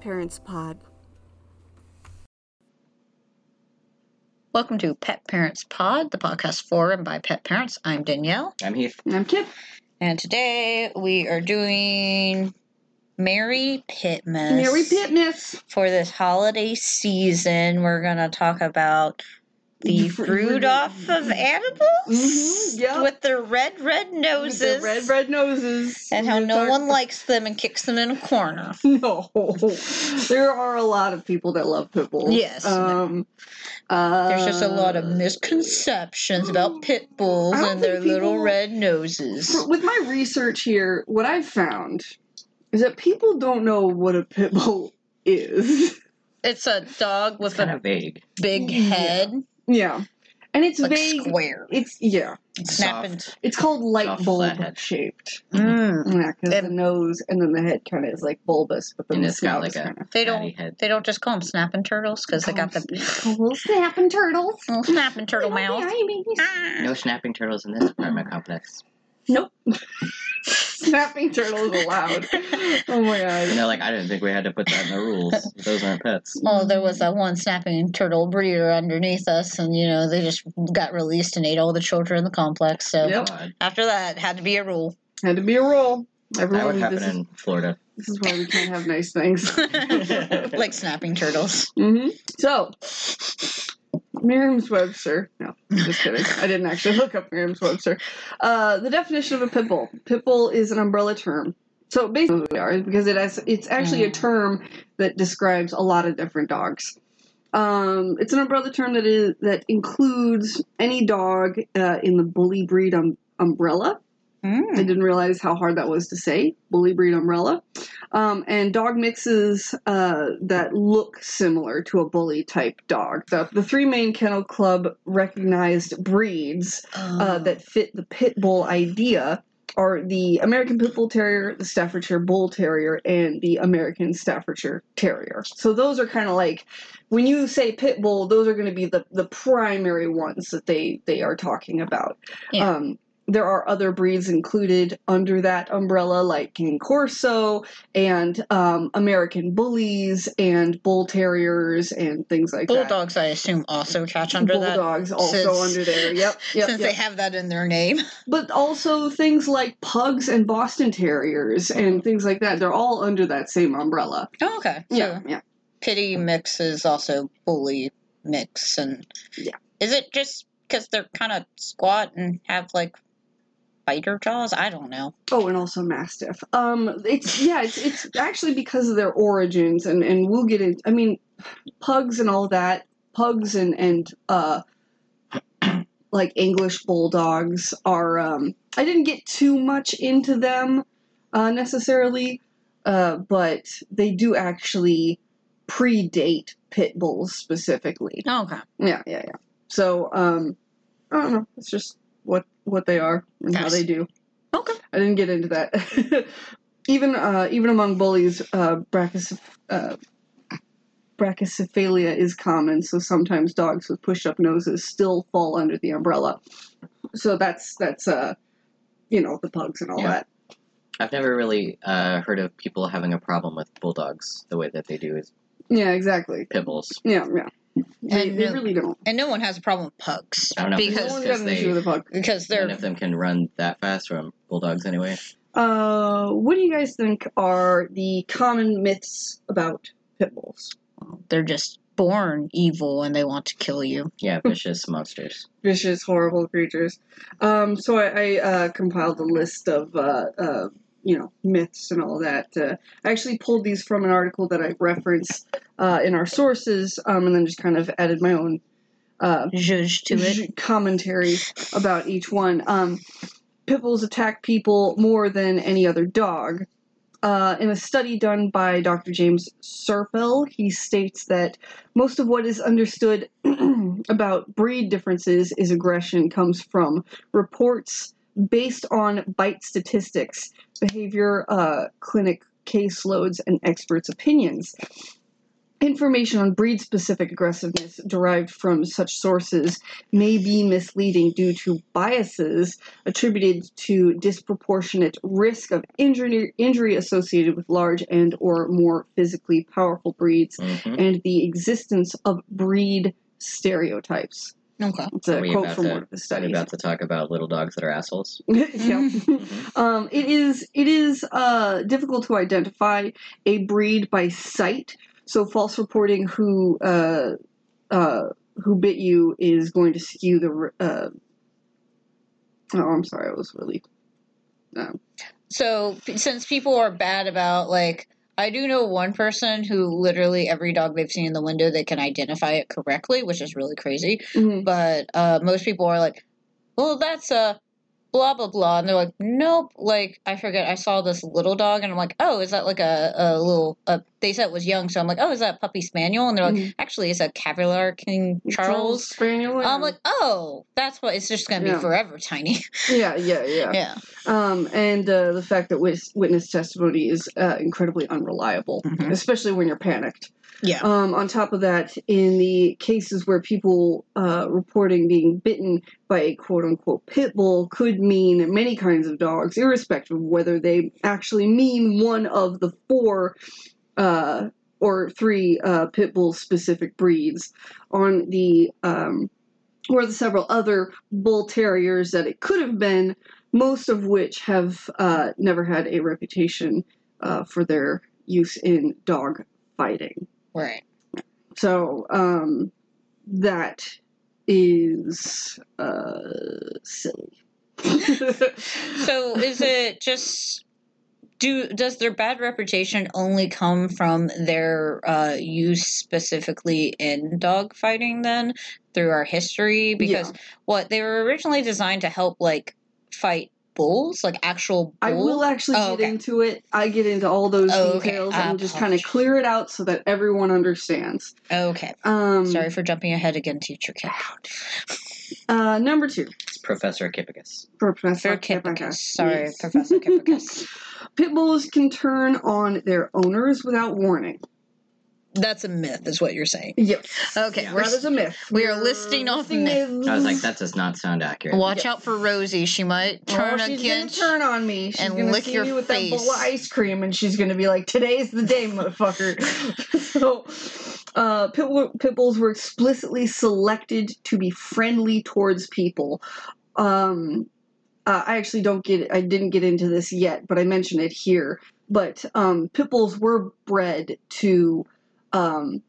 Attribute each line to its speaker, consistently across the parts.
Speaker 1: Parents Pod.
Speaker 2: Welcome to Pet Parents Pod, the podcast for and by pet parents. I'm Danielle,
Speaker 3: I'm Heath.
Speaker 4: I'm Kip.
Speaker 2: and today we are doing Mary Pitmas.
Speaker 4: Mary Pitmas.
Speaker 2: For this holiday season, we're going to talk about the
Speaker 4: Fr-
Speaker 2: brood off of animals
Speaker 4: Mhm, yep.
Speaker 2: Mm-hmm, with their red, red
Speaker 4: With
Speaker 2: noses.
Speaker 4: the red, red noses.
Speaker 2: and how
Speaker 4: Those
Speaker 2: no
Speaker 4: are-
Speaker 2: one likes them and kicks them in a corner.
Speaker 4: No. There are a lot of people that love pit bulls.
Speaker 2: Yes.
Speaker 4: Um, uh,
Speaker 2: There's just a lot of misconceptions about pit bulls
Speaker 4: I don't
Speaker 2: and their
Speaker 4: think
Speaker 2: little
Speaker 4: people-
Speaker 2: red noses.
Speaker 4: uh, With my research here, what I've found is that people don't know what a pit bull is.
Speaker 2: It's a dog
Speaker 3: It's
Speaker 2: with
Speaker 3: kind
Speaker 2: a
Speaker 3: of vague.
Speaker 2: big
Speaker 4: Yeah.
Speaker 2: head,
Speaker 4: yeah. And it's
Speaker 2: like
Speaker 4: vague.
Speaker 2: square,
Speaker 4: It's, yeah.
Speaker 2: snap and
Speaker 4: It's called light
Speaker 3: Soft
Speaker 4: bulb
Speaker 3: flathead.
Speaker 4: shaped.
Speaker 2: Mm.
Speaker 4: Yeah, because the
Speaker 2: And-
Speaker 4: nose and then the head kind of is like bulbous, but then
Speaker 3: And
Speaker 4: the
Speaker 3: it's got
Speaker 4: snout is
Speaker 3: like a
Speaker 4: kinda-
Speaker 2: They
Speaker 3: Fatty
Speaker 2: don't.
Speaker 3: head.
Speaker 2: They don't just call them snapping turtles because they got the
Speaker 4: little snapping turtles.
Speaker 2: little snapping turtle mouth. Ah.
Speaker 3: No snapping turtles in this apartment complex.
Speaker 4: Nope. snapping turtles allowed. Oh my god.
Speaker 3: And they're like, I didn't think we had to put that in the rules. Those aren't pets.
Speaker 2: Oh, there was that one snapping turtle breeder underneath us, and you know they just got released and ate all the children in the complex. So
Speaker 4: Yep.
Speaker 3: God.
Speaker 2: after that, it had to be a rule.
Speaker 4: Had to be a rule.
Speaker 3: That would
Speaker 4: Everyone,
Speaker 3: happen
Speaker 4: this is,
Speaker 3: in Florida.
Speaker 4: this is why we can't have nice things.
Speaker 2: like snapping turtles.
Speaker 4: hmm So, Merriam's Webster. No, just kidding. I didn't actually look up Merriam's Webster. Uh, the definition of a pit bull. Pit bull is an umbrella term. So basically, what they are because it has, it's actually a term that describes a lot of different dogs. Um, it's an umbrella term that is that includes any dog uh, in the bully breed um, umbrella. I
Speaker 2: Mm.
Speaker 4: didn't realize how hard that was to say. Bully breed umbrella, um, and dog mixes uh, that look similar to a bully type dog. The, the three main kennel club recognized breeds
Speaker 2: Uh-huh. Um,
Speaker 4: uh, that fit the pit bull idea are the American Pit Bull Terrier, the Staffordshire Bull Terrier, and the American Staffordshire Terrier. So those are kind of like when you say pit bull, those are going to be the the primary ones that they they are talking about.
Speaker 2: Yeah.
Speaker 4: Um, there are other breeds included under that umbrella, like King Corso and um, American Bullies and Bull Terriers and things like that.
Speaker 2: Bulldogs, I assume, also catch under that.
Speaker 4: Bulldogs also
Speaker 2: since-
Speaker 4: under there. Yep. yep
Speaker 2: Since
Speaker 4: yep
Speaker 2: they have that in their name,
Speaker 4: but also things like pugs and Boston Terriers and things like that. They're all under that same umbrella.
Speaker 2: oh, okay.
Speaker 4: Yeah, yeah.
Speaker 2: pity mix is also bully mix and
Speaker 4: Yeah.
Speaker 2: is it just because they're kind of squat and have like fighter jaws i don't know
Speaker 4: Oh, and also Mastiff. Um, it's yeah, it's it's actually because of their origins, and and we'll get into. I mean, pugs and all that. Pugs and and uh, like English bulldogs are. Um, I didn't get too much into them uh, necessarily, uh, but they do actually predate pit bulls specifically.
Speaker 2: okay
Speaker 4: Yeah, yeah, yeah. So, um, I don't know. It's just what what they are and how
Speaker 2: Nice.
Speaker 4: they do.
Speaker 2: Okay.
Speaker 4: I didn't get into that. even uh, even among bullies, uh, brachyceph- uh, brachycephalia is common. So sometimes dogs with pushed up noses still fall under the umbrella. So that's that's uh, you know, the pugs and all
Speaker 3: Yeah.
Speaker 4: that.
Speaker 3: I've never really uh, heard of people having a problem with bulldogs the way that they do with
Speaker 4: Yeah, exactly.
Speaker 3: pit bulls.
Speaker 4: Yeah, yeah. They,
Speaker 2: And
Speaker 4: they
Speaker 2: no-
Speaker 4: really don't.
Speaker 2: and no one has a problem with pugs
Speaker 3: I don't know.
Speaker 4: No
Speaker 2: because
Speaker 4: one's got an
Speaker 3: they-
Speaker 4: issue with a pug.
Speaker 2: because
Speaker 3: None
Speaker 2: they're
Speaker 3: of them can run that fast from bulldogs anyway.
Speaker 4: Uh, what do you guys think are the common myths about pit bulls?
Speaker 2: they're just born evil and they want to kill you
Speaker 3: Yeah, vicious monsters.
Speaker 4: Vicious, horrible creatures. Um, so I, I uh, compiled a list of uh, uh, you know myths and all that. Uh, I actually pulled these from an article that I referenced uh, in our sources, um, and then just kind of added my own uh,
Speaker 2: judge to it
Speaker 4: commentary about each one. Um, pit bulls attack people more than any other dog. Uh, in a study done by Dr. James Serpel, he states that most of what is understood about breed differences is aggression comes from reports based on bite statistics, behavior, uh, clinic caseloads, and experts' opinions. Information on breed specific aggressiveness derived from such sources may be misleading due to biases attributed to disproportionate risk of injury, injury associated with large and or more physically powerful breeds
Speaker 3: Mhm.
Speaker 4: and the existence of breed stereotypes.
Speaker 2: Okay.
Speaker 4: It's a
Speaker 3: Are we
Speaker 4: quote
Speaker 3: about
Speaker 4: from
Speaker 3: to-
Speaker 4: one of the
Speaker 3: I'm
Speaker 4: studies.
Speaker 3: about to talk about little dogs that are assholes.
Speaker 4: yeah.
Speaker 3: Mhm.
Speaker 2: Mm-hmm.
Speaker 4: Um, it is it is uh, difficult to identify a breed by sight. So false reporting who uh, uh, who bit you is going to skew the. r- Uh, oh, I'm sorry. I was really.
Speaker 2: So p- since people are bad about like, I do know one person who literally every dog they've seen in the window they can identify it correctly, which is really crazy.
Speaker 4: Mhm.
Speaker 2: But uh, most people are like, well, that's a blah blah blah, and they're like, nope. Like I forget, I saw this little dog, and I'm like, oh, is that like a, a little? A, they said it was young, so I'm like, oh, is that a puppy spaniel? And they're like,
Speaker 4: Mhm.
Speaker 2: actually, it's a Cavalier King Charles.
Speaker 4: Spaniel.
Speaker 2: I'm like, oh, that's what it's just gonna
Speaker 4: Yeah.
Speaker 2: be forever tiny.
Speaker 4: yeah, yeah, yeah.
Speaker 2: yeah.
Speaker 4: Um, and uh, the fact that witness, witness testimony is uh, incredibly unreliable,
Speaker 2: Mhm.
Speaker 4: especially when you're panicked.
Speaker 2: Yeah.
Speaker 4: Um, on top of that, in the cases where people uh, reporting being bitten by a quote unquote pit bull could mean many kinds of dogs, irrespective of whether they actually mean one of the four uh, or three uh, pit bull specific breeds on the. Um, or the several other bull terriers that it could have been, most of which have uh, never had a reputation uh, for their use in dog fighting.
Speaker 2: Right.
Speaker 4: So um, that is uh, silly.
Speaker 2: So is it just do does their bad reputation only come from their uh, use specifically in dog fighting then through our history because what they were originally designed to help like fight bulls like actual bull
Speaker 4: I will actually
Speaker 2: Oh,
Speaker 4: get
Speaker 2: okay.
Speaker 4: into it. I get into all those
Speaker 2: Oh, okay.
Speaker 4: details
Speaker 2: I
Speaker 4: and just kind of
Speaker 2: apologize.
Speaker 4: clear it out so that everyone understands.
Speaker 2: okay
Speaker 4: Um,
Speaker 2: sorry for jumping ahead again teacher cat
Speaker 4: Uh, number two,
Speaker 3: It's Professor Kipikus.
Speaker 4: Professor
Speaker 2: Sir
Speaker 4: Kippaker.
Speaker 2: Kipikus. sorry
Speaker 4: Yes.
Speaker 2: professor Kipikus.
Speaker 4: Pit bulls can turn on their owners without warning.
Speaker 2: that's a myth is what you're saying
Speaker 4: Yes.
Speaker 2: Okay,
Speaker 4: Yeah,
Speaker 2: we're-
Speaker 4: that is a myth.
Speaker 2: we are listing off
Speaker 3: I was like, that does not sound accurate.
Speaker 2: watch out for rosie she might turn
Speaker 4: oh, she's
Speaker 2: against
Speaker 4: gonna turn on me. She's
Speaker 2: and
Speaker 4: gonna
Speaker 2: lick
Speaker 4: see
Speaker 2: your
Speaker 4: me with that bowl
Speaker 2: face.
Speaker 4: of ice cream, and she's gonna be like, "Today's the day, motherfucker." so, uh, pit, bull- pit bulls were explicitly selected to be friendly towards people. Um, uh, I actually don't get. I didn't get into this yet, but I mention it here. But um, pit bulls were bred to. Um,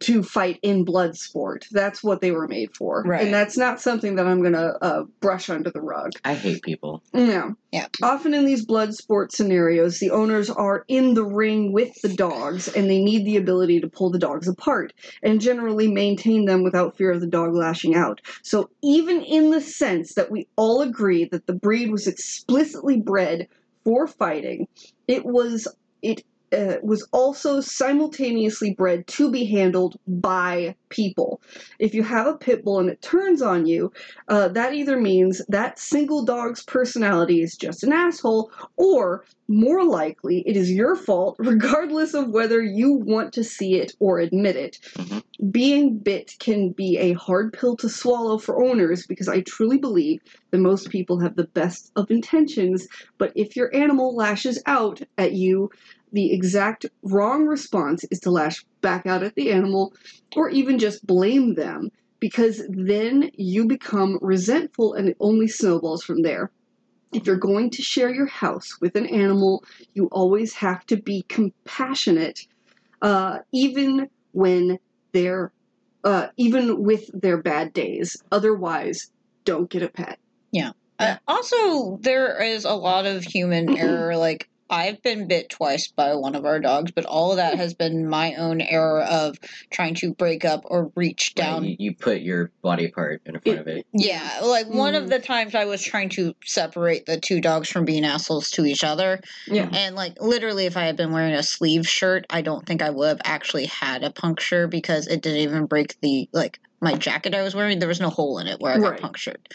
Speaker 4: to fight in blood sport. That's what they were made for.
Speaker 2: Right.
Speaker 4: And that's not something that I'm going to uh, brush under the rug.
Speaker 3: I hate people.
Speaker 4: No.
Speaker 2: Yeah.
Speaker 4: Often in these blood sport scenarios, the owners are in the ring with the dogs and they need the ability to pull the dogs apart and generally maintain them without fear of the dog lashing out. So, even in the sense that we all agree that the breed was explicitly bred for fighting, it was it uh, was also simultaneously bred to be handled by people. If you have a pit bull and it turns on you, uh, that either means that single dog's personality is just an asshole, or more likely, it is your fault, regardless of whether you want to see it or admit it.
Speaker 3: Mhm.
Speaker 4: Being bit can be a hard pill to swallow for owners because I truly believe that most people have the best of intentions, but if your animal lashes out at you, the exact wrong response is to lash back out at the animal or even just blame them because then you become resentful and it only snowballs from there. If you're going to share your house with an animal, you always have to be compassionate, uh, even when they're, uh, even with their bad days. Otherwise, don't get a pet.
Speaker 2: Uh, also, there is a lot of human error. Like, I've been bit twice by one of our dogs, but all of that has been my own error of trying to break up or reach down.
Speaker 3: Right, you, you put your body part in front of it.
Speaker 2: Yeah, like one
Speaker 4: Mhm.
Speaker 2: of the times I was trying to separate the two dogs from being assholes to each other.
Speaker 4: Yeah.
Speaker 2: And, like, literally, if I had been wearing a sleeve shirt, I don't think I would have actually had a puncture because it didn't even break the, like, my jacket I was wearing. There was no hole in it where I got
Speaker 4: Right.
Speaker 2: punctured.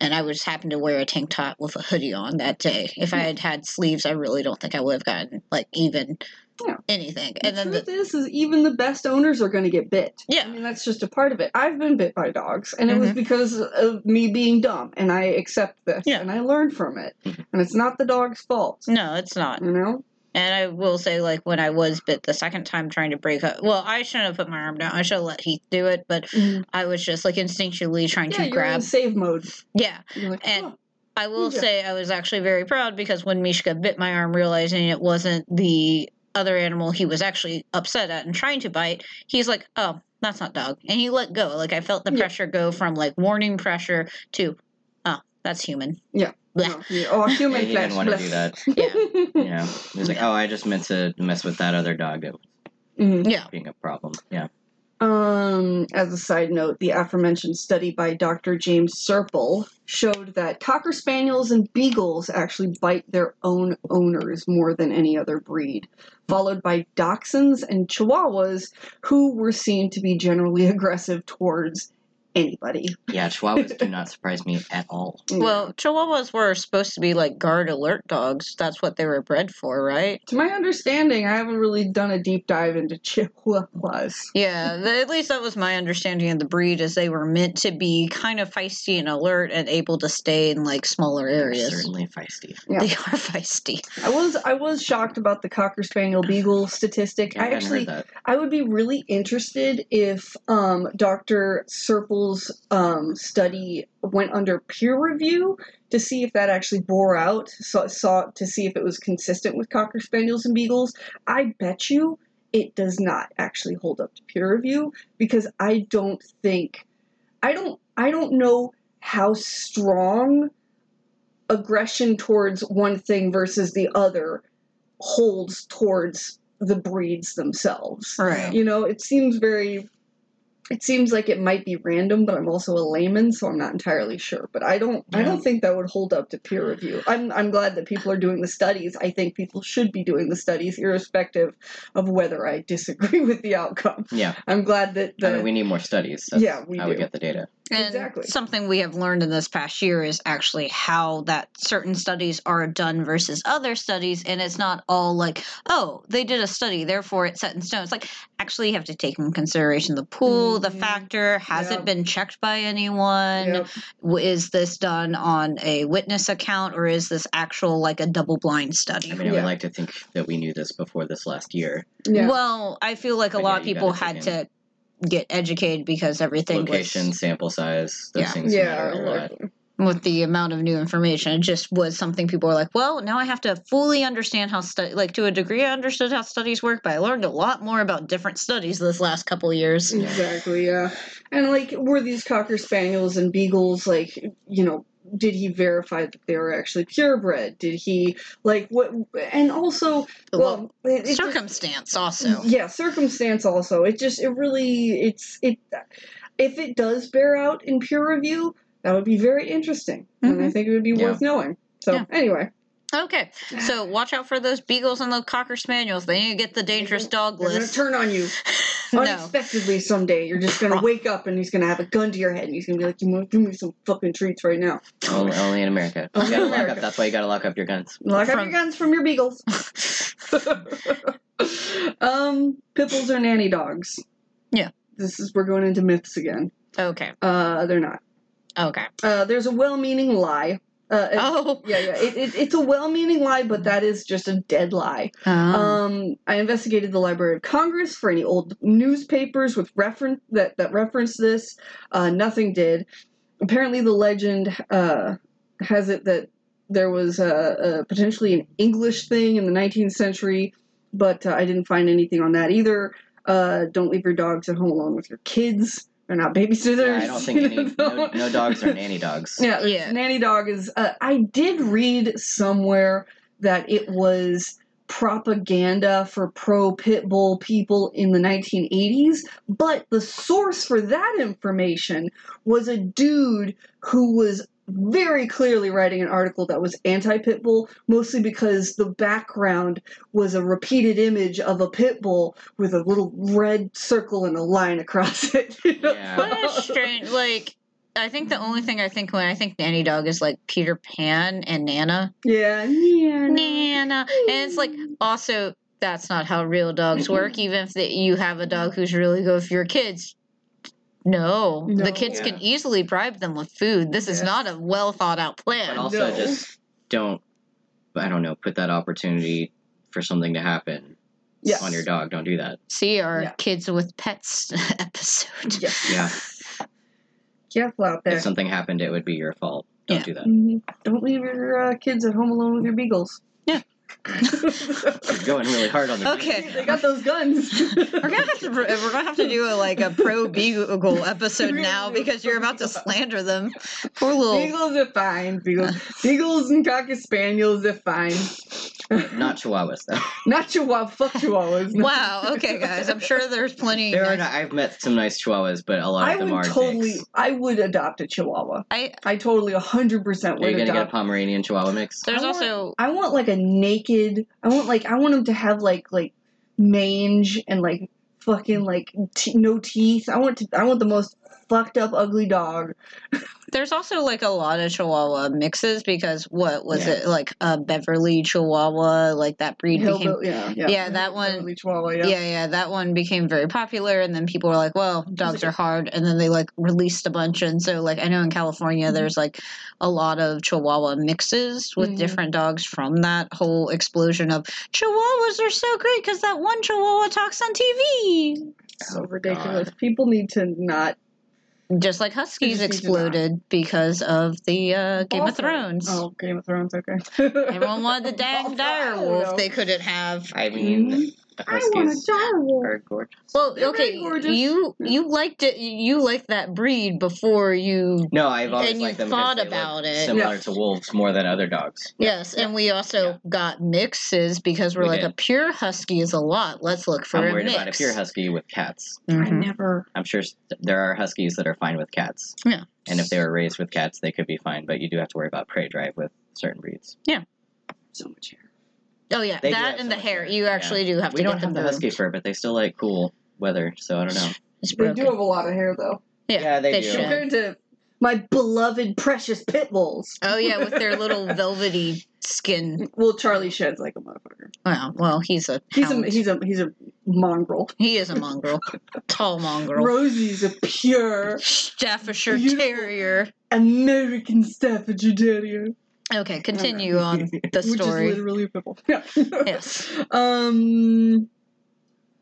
Speaker 2: and I just happened to wear a tank top with a hoodie on that day. If I had had sleeves, I really don't think I would have gotten like even
Speaker 4: Yeah.
Speaker 2: anything.
Speaker 4: The
Speaker 2: And then
Speaker 4: truth
Speaker 2: the,
Speaker 4: is, is even the best owners are going to get bit.
Speaker 2: Yeah.
Speaker 4: I mean that's just a part of it. I've been bit by dogs, and it was because of me being dumb, and I accept this,
Speaker 2: Mm-hmm. Yeah.
Speaker 4: and I learned from it,
Speaker 3: Mhm.
Speaker 4: and it's not the dog's fault.
Speaker 2: no, it's not.
Speaker 4: You know,
Speaker 2: And I will say, like when I was bit the second time trying to break up, well, I shouldn't have put my arm down. I should have let Heath do it, but I was just like instinctually trying
Speaker 4: yeah,
Speaker 2: to
Speaker 4: you're
Speaker 2: grab.
Speaker 4: in save mode.
Speaker 2: Yeah,
Speaker 4: You're like,
Speaker 2: And-
Speaker 4: "Huh,
Speaker 2: I will
Speaker 4: Yeah.
Speaker 2: say I was actually very proud because when Mishka bit my arm, realizing it wasn't the other animal he was actually upset at and trying to bite, he's like, "Oh, that's not dog," and he let go. Like I felt the
Speaker 4: Yeah.
Speaker 2: pressure go from like warning pressure to, "Oh, that's human." Blech.
Speaker 4: no, you- oh,
Speaker 3: Yeah,
Speaker 4: human
Speaker 3: he
Speaker 4: flesh.
Speaker 3: didn't want to do that.
Speaker 2: Yeah,
Speaker 3: Yeah, he was like, "Oh, I just meant to mess with that other dog that was
Speaker 4: Mhm.
Speaker 2: yeah,
Speaker 3: being a problem." Yeah,
Speaker 4: Um, as a side note, the aforementioned study by Dr. James Serple showed that cocker spaniels and beagles actually bite their own owners more than any other breed, followed by dachshunds and chihuahuas, who were seen to be generally aggressive towards anybody.
Speaker 3: yeah. Chihuahuas do not surprise me at all.
Speaker 2: Well, Chihuahuas were supposed to be like guard alert dogs. That's what they were bred for, right?
Speaker 4: to my understanding, I haven't really done a deep dive into chihuahuas.
Speaker 2: Yeah, th- at least that was my understanding of the breed is they were meant to be kind of feisty and alert and able to stay in like smaller
Speaker 3: They're
Speaker 2: areas.
Speaker 3: certainly feisty.
Speaker 4: Yeah.
Speaker 2: They are feisty.
Speaker 4: I was I was shocked about the cocker spaniel beagle statistic.
Speaker 3: Yeah,
Speaker 4: I
Speaker 3: hadn't
Speaker 4: actually
Speaker 3: heard that.
Speaker 4: I would be really interested if um, Dr. Serple's um, study went under peer review to see if that actually bore out, so, saw to see if it was consistent with cocker spaniels and beagles. I bet you it does not actually hold up to peer review because I don't think I don't I don't know how strong aggression towards one thing versus the other holds towards the breeds themselves.
Speaker 2: Right.
Speaker 4: You know, it seems very. It seems like it might be random, but I'm also a layman, so I'm not entirely sure. But I don't, I don't
Speaker 3: Yeah.
Speaker 4: think that would hold up to peer review. I'm, I'm glad that people are doing the studies. I think people should be doing the studies, irrespective of whether I disagree with the outcome.
Speaker 3: Yeah,
Speaker 4: I'm glad that the
Speaker 3: I mean, we need more studies. That's
Speaker 4: Yeah, we
Speaker 3: how
Speaker 4: do.
Speaker 3: we get the data.
Speaker 2: And
Speaker 4: Exactly.
Speaker 2: something we have learned in this past year is actually how that certain studies are done versus other studies. And it's not all like, oh, they did a study, therefore it's set in stone. It's like, actually, you have to take into consideration the pool, the
Speaker 4: Mhm.
Speaker 2: factor. Has
Speaker 4: Yeah.
Speaker 2: it been checked by anyone?
Speaker 4: Yep.
Speaker 2: W- Is this done on a witness account or is this actual like a double blind study?
Speaker 3: I mean, I
Speaker 4: Yeah.
Speaker 3: would like to think that we knew this before this last year.
Speaker 4: yeah.
Speaker 2: Well, I feel like a
Speaker 3: But yeah,
Speaker 2: lot of
Speaker 3: you
Speaker 2: people
Speaker 3: gotta
Speaker 2: had
Speaker 3: take
Speaker 2: to get educated because everything
Speaker 3: Location,
Speaker 2: was
Speaker 3: sample size, those
Speaker 2: Yeah.
Speaker 3: things
Speaker 4: yeah,
Speaker 3: matter a lot.
Speaker 4: exactly.
Speaker 2: with the amount of new information. It just was something people were like, well, now I have to fully understand how study, like to a degree, I understood how studies work, but I learned a lot more about different studies this last couple of years.
Speaker 3: Yeah.
Speaker 4: Exactly, yeah. And like, were these cocker spaniels and beagles like, you know, did he verify that they were actually purebred? Did he like what? And also, well, it- it just-
Speaker 2: circumstance also.
Speaker 4: yeah, circumstance. Also, it just it really it's it if it does bear out in peer review, that would be very interesting, and I think it would be
Speaker 3: Yeah.
Speaker 4: worth knowing. So
Speaker 2: Mm-hmm. Yeah.
Speaker 4: anyway,
Speaker 2: Okay, so watch out for those beagles and those cocker spaniels. They need to get the dangerous dog
Speaker 4: they're gonna
Speaker 2: list.
Speaker 4: turn on you
Speaker 2: No.
Speaker 4: unexpectedly someday. You're just gonna
Speaker 2: Pro-
Speaker 4: wake up and he's gonna have a gun to your head and he's gonna be like, "You want to give me some fucking treats right now."
Speaker 3: Only, only in America. You
Speaker 4: Only
Speaker 3: gotta
Speaker 4: in
Speaker 3: lock
Speaker 4: America.
Speaker 3: up. That's why you gotta lock up your guns.
Speaker 4: Lock up
Speaker 2: From-
Speaker 4: your guns from your beagles. um, pipples are nanny dogs.
Speaker 2: Yeah.
Speaker 4: This is we're going into myths again.
Speaker 2: Okay,
Speaker 4: Uh, they're not.
Speaker 2: okay.
Speaker 4: Uh, there's a well-meaning lie. Uh, it-
Speaker 2: Oh.
Speaker 4: Yeah, yeah. It, it, it's a well-meaning lie, but that is just a dead lie.
Speaker 2: Oh.
Speaker 4: Um, I investigated the Library of Congress for any old newspapers with reference that that reference this. Uh, nothing did. Apparently, the legend uh, has it that there was a, a potentially an English thing in the 19th century, but uh, I didn't find anything on that either. Uh, don't leave your dogs at home alone with your kids. They're not babysitters.
Speaker 3: Yeah, I don't think any no, no dogs are nanny dogs.
Speaker 4: Yeah,
Speaker 2: Yeah.
Speaker 4: nanny dog is. Uh, I did read somewhere that it was propaganda for pro pit bull people in the 1980s, but the source for that information was a dude who was very clearly writing an article that was anti pit bull, mostly because the background was a repeated image of a pit bull with a little red circle and a line across it.
Speaker 3: Yeah.
Speaker 2: What a strange, like, I think the only thing I think when I think nanny dog is like Peter Pan and Nana.
Speaker 4: Yeah. Yeah.
Speaker 2: Nana. And it's like also that's not how real dogs work. Even if the, you have a dog who's really good for your kids, no,
Speaker 4: No.
Speaker 2: the kids
Speaker 3: Yeah.
Speaker 2: can easily bribe them with food. This is
Speaker 4: Yes.
Speaker 2: not a well thought out
Speaker 3: But
Speaker 2: plan.
Speaker 3: also,
Speaker 4: No.
Speaker 3: just don't. I don't know. Put that opportunity for something to happen
Speaker 4: Yes.
Speaker 3: on your dog. Don't do that.
Speaker 2: See our
Speaker 4: Yeah.
Speaker 2: kids with pets episode.
Speaker 4: Yes.
Speaker 3: Yeah.
Speaker 4: Careful out there.
Speaker 3: If something happened, it would be your fault. Don't
Speaker 2: Yeah.
Speaker 3: do that.
Speaker 4: Mhm. Don't leave your uh, kids at home alone with your beagles.
Speaker 2: Yeah.
Speaker 3: You're going really hard on the.
Speaker 2: Okay.
Speaker 4: they got those guns.
Speaker 2: We're gonna have to we're gonna have to do a, like a pro beagle episode
Speaker 4: We're gonna
Speaker 2: now
Speaker 4: do a
Speaker 2: because you're
Speaker 4: pro
Speaker 2: about to
Speaker 4: beagle.
Speaker 2: slander them. Poor little.
Speaker 4: Beagles are fine. Beagles, beagles and cocker spaniels are fine.
Speaker 3: Not Chihuahuas though.
Speaker 4: Not Chihuahua. Fuck Chihuahuas. No.
Speaker 2: Wow. Okay, guys. I'm sure there's plenty.
Speaker 3: There are.
Speaker 2: nice-
Speaker 3: Not, I've met some nice Chihuahuas, but a lot
Speaker 4: I
Speaker 3: of them
Speaker 4: would
Speaker 3: are
Speaker 4: totally.
Speaker 3: dicks.
Speaker 4: I would adopt a Chihuahua.
Speaker 2: I
Speaker 4: I totally 100%
Speaker 3: Are
Speaker 4: would
Speaker 3: you gonna get a
Speaker 4: adopt.
Speaker 3: Pomeranian Chihuahua mix?
Speaker 2: there's
Speaker 4: I want-
Speaker 2: also
Speaker 4: I want like a naked. I want like I want him to have like like mange and like fucking like te- no teeth. I want to. I want the most fucked up ugly dog.
Speaker 2: There's also like a lot of Chihuahua mixes because what was
Speaker 3: Yeah.
Speaker 2: it like a Beverly Chihuahua like that breed became
Speaker 4: Hillbill- yeah, yeah,
Speaker 2: yeah, that one-
Speaker 4: Hillbilly Chihuahua,
Speaker 2: yeah.
Speaker 4: yeah.
Speaker 2: yeah that one became very popular and then people were like well dogs
Speaker 4: it-
Speaker 2: are hard and then they like released a bunch and so like I know in California
Speaker 4: Mhm.
Speaker 2: there's like a lot of Chihuahua mixes with
Speaker 4: Mhm.
Speaker 2: different dogs from that whole explosion of Chihuahuas are so great because that one Chihuahua talks on TV
Speaker 4: So
Speaker 3: Oh,
Speaker 4: ridiculous. People need to not.
Speaker 2: just like Huskies
Speaker 4: just need to not-
Speaker 2: exploded because of the uh, Game of
Speaker 4: Also-
Speaker 2: Thrones.
Speaker 4: Oh, Game of Thrones. Okay.
Speaker 2: Everyone wanted the dang
Speaker 4: Also, I
Speaker 2: dire
Speaker 4: don't
Speaker 2: wolf
Speaker 4: know.
Speaker 2: they couldn't have.
Speaker 3: I mean,
Speaker 4: I want a
Speaker 3: huskies
Speaker 4: dire wolf.
Speaker 3: are gorgeous.
Speaker 2: Well,
Speaker 4: They're very
Speaker 2: okay,
Speaker 4: gorgeous.
Speaker 2: you
Speaker 4: Yeah.
Speaker 2: you liked it. You liked that breed before you.
Speaker 3: No, I've always
Speaker 2: And
Speaker 3: liked
Speaker 2: you
Speaker 3: them because
Speaker 2: thought
Speaker 3: they look
Speaker 2: about it.
Speaker 3: Similar
Speaker 4: Yeah.
Speaker 3: to wolves more than other dogs.
Speaker 2: Yes, and we also
Speaker 3: Yeah.
Speaker 2: got mixes because we're
Speaker 3: We
Speaker 2: like
Speaker 3: did.
Speaker 2: a pure husky is a lot. Let's look for
Speaker 3: I'm
Speaker 2: a
Speaker 3: worried
Speaker 2: mix.
Speaker 3: about if you're a husky with cats.
Speaker 4: I
Speaker 2: Mhm.
Speaker 4: never.
Speaker 3: I'm sure s- there are huskies that are fine with cats.
Speaker 2: Yeah.
Speaker 3: And if they were raised with cats, they could be fine, but you do have to worry about prey drive with certain breeds.
Speaker 4: So much hair.
Speaker 2: Oh yeah,
Speaker 3: They do
Speaker 2: that
Speaker 3: have
Speaker 2: and
Speaker 3: so
Speaker 2: the
Speaker 3: much
Speaker 2: hair.
Speaker 3: hair.
Speaker 2: You
Speaker 3: Yeah.
Speaker 2: actually do have
Speaker 3: We
Speaker 2: to
Speaker 3: don't
Speaker 2: get
Speaker 3: have
Speaker 2: them
Speaker 3: the husky fur, but they still like cool weather, so I don't know.
Speaker 2: It's
Speaker 4: They
Speaker 2: broken.
Speaker 4: do have a lot of hair though,
Speaker 2: yeah,
Speaker 3: Yeah, they do.
Speaker 2: should.
Speaker 4: compared to my beloved precious pit bulls.
Speaker 2: Oh yeah, with their little velvety skin.
Speaker 4: Well, Charlie sheds like a motherfucker.
Speaker 2: Well, well, he's a
Speaker 4: He's
Speaker 2: hound.
Speaker 4: a he's a he's a mongrel.
Speaker 2: he is a mongrel, tall mongrel,
Speaker 4: Rosie's a pure
Speaker 2: Staffordshire
Speaker 4: Beautiful.
Speaker 2: Terrier.
Speaker 4: American Staffordshire Terrier.
Speaker 2: Okay, continue on the
Speaker 4: Which is
Speaker 2: story.
Speaker 4: literally a pit bull. Yeah.
Speaker 2: Yes.
Speaker 4: Um.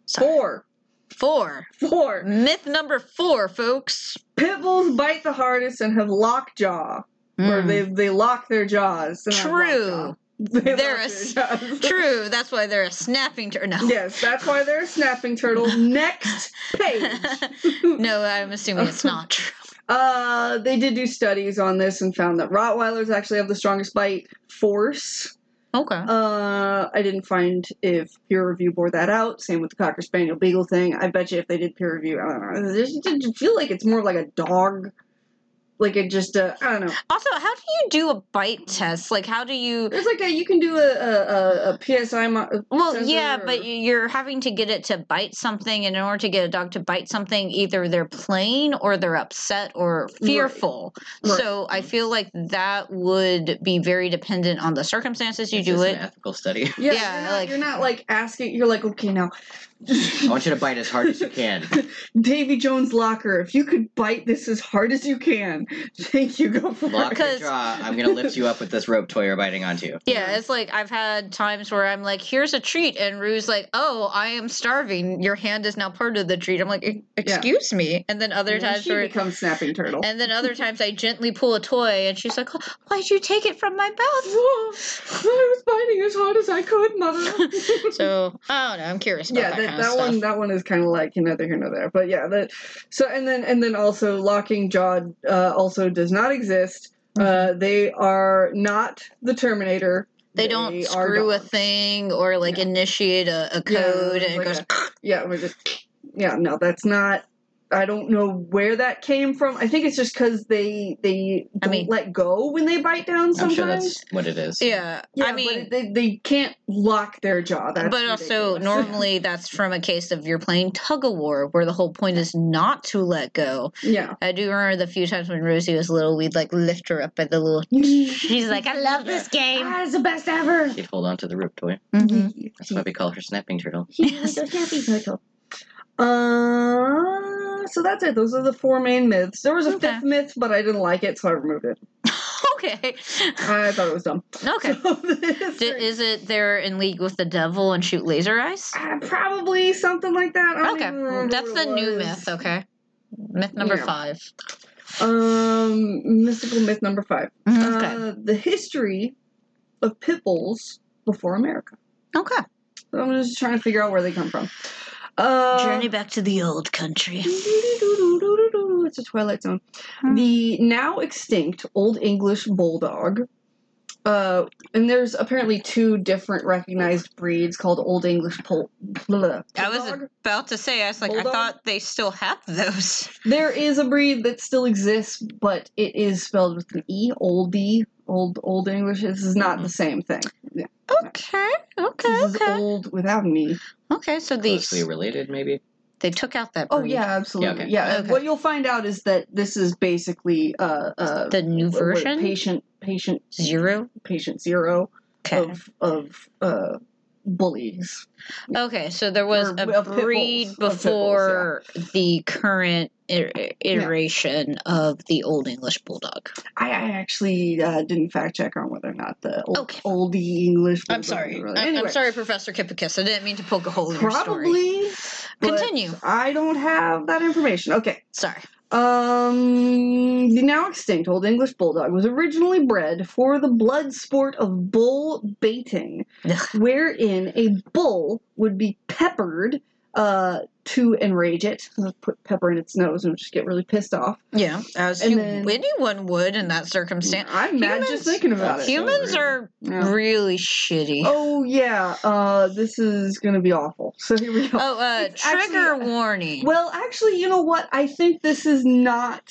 Speaker 2: Sorry.
Speaker 4: Four.
Speaker 2: Four.
Speaker 4: Four.
Speaker 2: Myth number four, folks.
Speaker 4: Pit bulls bite the hardest and have lockjaw, or
Speaker 2: Mm.
Speaker 4: they they lock their jaws. and have
Speaker 2: True.
Speaker 4: lockjaw. They
Speaker 2: They're
Speaker 4: lock
Speaker 2: a
Speaker 4: their
Speaker 2: s-
Speaker 4: jaws.
Speaker 2: True. That's why they're a snapping turtle. No.
Speaker 4: Yes, that's why they're a snapping turtle. Next page.
Speaker 2: no, I'm assuming it's not true.
Speaker 4: Uh, they did do studies on this and found that Rottweilers actually have the strongest bite force.
Speaker 2: Okay.
Speaker 4: Uh, I didn't find if peer review bore that out. Same with the cocker spaniel beagle thing. I bet you if they did peer review, I don't know. It just it didn't feel like it's more like a dog, like it just. Uh, I don't know.
Speaker 2: Also, how do you do a bite test? Like, how do you?
Speaker 4: There's like a you can do a a, a, a psi. Mo-
Speaker 2: Well,
Speaker 4: sensor
Speaker 2: yeah,
Speaker 4: or-
Speaker 2: but y- you're having to get it to bite something, and in order to get a dog to bite something, either they're plain or they're upset or fearful.
Speaker 4: Right.
Speaker 2: So I feel like that would be very dependent on the circumstances you
Speaker 3: Is
Speaker 2: do
Speaker 3: this
Speaker 2: it.
Speaker 3: an ethical study.
Speaker 4: yeah,
Speaker 2: yeah,
Speaker 4: you're, not,
Speaker 2: like-
Speaker 4: you're not like asking. You're like okay now.
Speaker 3: I want you to bite as hard as you can.
Speaker 4: Davy Jones Locker, if you could bite this as hard as you can, thank you. Go for
Speaker 3: Lock
Speaker 4: it.
Speaker 3: your jaw. I'm gonna lift you up with this rope toy you're biting onto.
Speaker 2: Yeah,
Speaker 4: Yeah.
Speaker 2: it's like I've had times where I'm like, here's a treat. And Rue's like, oh, I am starving. Your hand is now part of the treat. I'm like, "E- excuse me. And then other
Speaker 4: And then
Speaker 2: times
Speaker 4: she
Speaker 2: where.
Speaker 4: becomes snapping turtle.
Speaker 2: And then other times I gently pull a toy and she's like, "Oh, why'd you take it from my mouth?
Speaker 4: Whoa, I was biting as hard as I could, mother.
Speaker 2: So I don't know. I'm curious about
Speaker 4: yeah,
Speaker 2: that,
Speaker 4: that, that,
Speaker 2: kind of
Speaker 4: one
Speaker 2: stuff.
Speaker 4: that one is kind of like neither here nor there. But yeah, that so and then and then also locking jaw uh, also does not exist. Uh, they are not the Terminator.
Speaker 2: Mm-hmm. They don't
Speaker 4: are
Speaker 2: screw a
Speaker 4: dogs.
Speaker 2: thing or like
Speaker 4: No.
Speaker 2: initiate a, a
Speaker 4: Yeah,
Speaker 2: code and it
Speaker 4: like
Speaker 2: goes,
Speaker 4: a- Yeah, we just yeah no, that's not. I don't know where that came from. I think it's just because they they
Speaker 2: I
Speaker 4: don't
Speaker 2: mean-
Speaker 4: let go when they bite down
Speaker 3: I'm
Speaker 4: sometimes.
Speaker 3: sure that's what it is.
Speaker 2: Yeah,
Speaker 4: yeah,
Speaker 2: I mean,
Speaker 4: but they, they can't lock their jaw. That's
Speaker 2: but also
Speaker 4: ridiculous.
Speaker 2: normally that's from a case of you're playing tug of war, where the whole point is not to let go.
Speaker 4: yeah.
Speaker 2: I do remember the few times when Rosie was little, we'd like lift her up by the little. She's like, I love this game.
Speaker 4: Ah, it's the best ever.
Speaker 3: She'd hold on to the rope toy.
Speaker 2: Mhm.
Speaker 3: That's why we call her Snapping Turtle.
Speaker 2: Yes.
Speaker 4: Uh, so that's it. Those are the four main myths. There was a
Speaker 2: Okay.
Speaker 4: fifth myth, but I didn't like it, so I removed it.
Speaker 2: okay.
Speaker 4: I thought it was dumb.
Speaker 2: Okay.
Speaker 4: So this-
Speaker 2: D- is it they're in league with the devil and shoot laser eyes?
Speaker 4: Uh, probably something like that. I don't even
Speaker 2: Okay,
Speaker 4: remember
Speaker 2: that's
Speaker 4: what it
Speaker 2: the new
Speaker 4: was.
Speaker 2: myth. Okay, myth number
Speaker 4: Yeah.
Speaker 2: five.
Speaker 4: Um, mystical myth number five.
Speaker 2: Okay.
Speaker 4: Uh, the history of pitbulls before America.
Speaker 2: okay.
Speaker 4: So I'm just trying to figure out where they come from. Uh,
Speaker 2: Journey back to the old country.
Speaker 4: It's a Twilight Zone.
Speaker 2: Hmm.
Speaker 4: The now extinct Old English Bulldog. Uh, and there's apparently two different recognized breeds called Old English Pol- blah,
Speaker 2: I was
Speaker 4: Bulldog.
Speaker 2: about to say, I was like, I
Speaker 4: Bulldog?
Speaker 2: thought they still have those.
Speaker 4: There is a breed that still exists, but it is spelled with an E, oldie, old Old English. This is not the same thing.
Speaker 2: Okay, okay,
Speaker 4: This is
Speaker 2: okay.
Speaker 4: old without an E.
Speaker 2: Okay, so
Speaker 3: Closely
Speaker 2: these
Speaker 3: related, maybe.
Speaker 2: they took out that.
Speaker 4: Oh
Speaker 2: breed.
Speaker 4: yeah, absolutely.
Speaker 3: okay.
Speaker 4: Yeah.
Speaker 2: Okay.
Speaker 4: What you'll find out is that this is basically uh, uh,
Speaker 2: the new
Speaker 4: what- what-
Speaker 2: version
Speaker 4: patient patient
Speaker 2: zero.
Speaker 4: patient zero
Speaker 2: Okay.
Speaker 4: of of uh, bullies.
Speaker 2: Okay, so there was
Speaker 4: Or-
Speaker 2: a
Speaker 4: of pit
Speaker 2: breed
Speaker 4: bulls, of pit bulls,
Speaker 2: before the current i- iteration of the Old English Bulldog.
Speaker 4: I, I actually uh, didn't fact check on whether or not the old,
Speaker 2: Okay.
Speaker 4: oldie English.
Speaker 2: I'm
Speaker 4: bulldog
Speaker 2: sorry.
Speaker 4: really-
Speaker 2: I- I'm
Speaker 4: Anyway,
Speaker 2: sorry, Professor Kipikis. I didn't mean to poke a hole in your story.
Speaker 4: Probably. but
Speaker 2: Continue.
Speaker 4: I don't have that information. Okay.
Speaker 2: Sorry.
Speaker 4: Um, the now extinct Old English Bulldog was originally bred for the blood sport of bull baiting,
Speaker 2: Ugh.
Speaker 4: wherein a bull would be peppered uh, to enrage it. So Put pepper in its nose and it would just get really pissed off.
Speaker 2: Yeah, as
Speaker 4: And
Speaker 2: you,
Speaker 4: then-
Speaker 2: anyone would in that circumstance.
Speaker 4: I'm mad
Speaker 2: Humans-
Speaker 4: just thinking about it.
Speaker 2: Humans
Speaker 3: So rude.
Speaker 2: are
Speaker 4: Yeah.
Speaker 2: really shitty.
Speaker 4: Oh yeah, uh, this is gonna be awful. So here we go.
Speaker 2: Oh, uh,
Speaker 4: It's actually-
Speaker 2: trigger warning.
Speaker 4: Well, actually, you know what? I think this is not.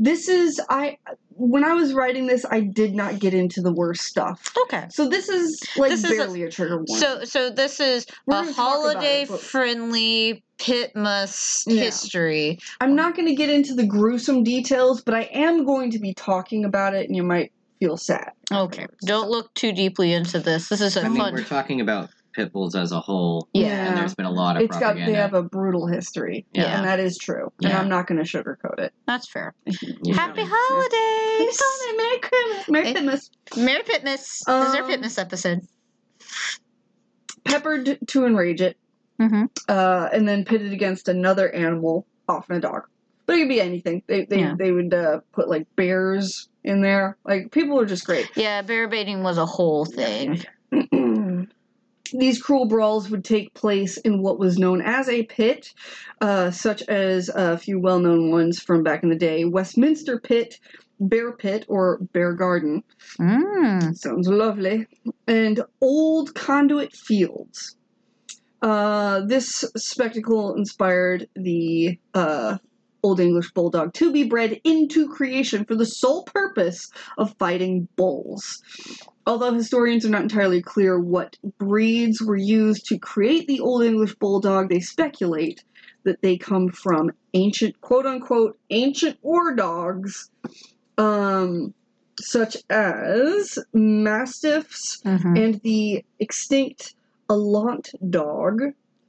Speaker 4: This is I. When I was writing this, I did not get into the worst stuff.
Speaker 2: okay.
Speaker 4: So this is like
Speaker 2: This is a-
Speaker 4: barely a, trigger warning.
Speaker 2: So, so this is
Speaker 4: We're
Speaker 2: a
Speaker 4: gonna talk about
Speaker 2: holiday
Speaker 4: it, but-
Speaker 2: friendly Pitmas
Speaker 4: Yeah.
Speaker 2: history.
Speaker 4: I'm not going to get into the gruesome details, but I am going to be talking about it, and you might feel sad.
Speaker 2: Okay. Don't look too deeply into this. This is a
Speaker 3: I
Speaker 2: fun.
Speaker 3: mean, we're talking about pit bulls as a whole, and there's been a lot of
Speaker 4: It's got
Speaker 3: propaganda.
Speaker 4: they have a brutal history,
Speaker 3: Yeah.
Speaker 4: and that is true. And
Speaker 3: Yeah.
Speaker 4: I'm not going to sugarcoat it.
Speaker 2: That's fair.
Speaker 3: you
Speaker 2: Happy
Speaker 3: know.
Speaker 2: holidays.
Speaker 4: Merry Christmas, Merry
Speaker 2: It-
Speaker 4: Christmas.
Speaker 2: Merry Pitmas. this is our
Speaker 4: Um,
Speaker 2: Pitmas episode.
Speaker 4: Peppered to enrage it,
Speaker 2: Mm-hmm.
Speaker 4: uh, and then pitted against another animal, often a dog. But it could be anything. They they,
Speaker 2: Yeah.
Speaker 4: they would uh, put like bears in there. Like people were just great.
Speaker 2: Yeah, bear baiting was a whole thing.
Speaker 4: These cruel brawls would take place in what was known as a pit, uh, such as a few well known ones from back in the day Westminster Pit, Bear Pit, or Bear Garden.
Speaker 2: Mm.
Speaker 4: Sounds lovely. And old conduit fields. Uh, this spectacle inspired the uh, Old English Bulldog to be bred into creation for the sole purpose of fighting bulls. Although historians are not entirely clear what breeds were used to create the Old English Bulldog, they speculate that they come from ancient, quote unquote, ancient war dogs, um, such as mastiffs,
Speaker 2: hmm
Speaker 4: and the extinct Alant dog,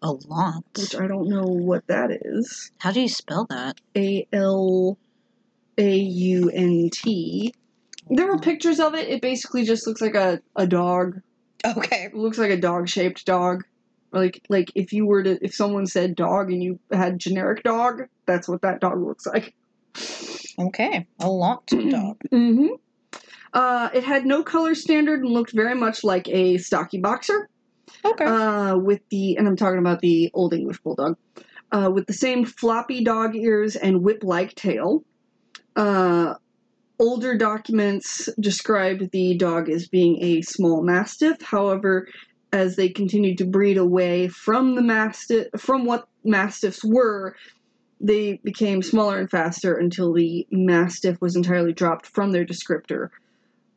Speaker 2: A lot.
Speaker 4: which I don't know what that is.
Speaker 2: How do you spell that?
Speaker 4: A L A U N T. There were pictures of it. It basically just looks like a, a dog.
Speaker 2: Okay.
Speaker 4: It looks like a dog shaped dog. Or Like like if you were to if someone said dog and you had generic dog, that's what that dog looks like.
Speaker 2: Okay. A lot dog.
Speaker 4: Mm-hmm. Uh, it had no color standard and looked very much like a stocky boxer.
Speaker 2: Okay.
Speaker 4: uh, with the and I'm talking about the old English bulldog uh, with the same floppy dog ears and whip-like tail. Uh, older documents described the dog as being a small mastiff. However, as they continued to breed away from the mastiff from what mastiffs were, They became smaller and faster until the Mastiff was entirely dropped from their descriptor.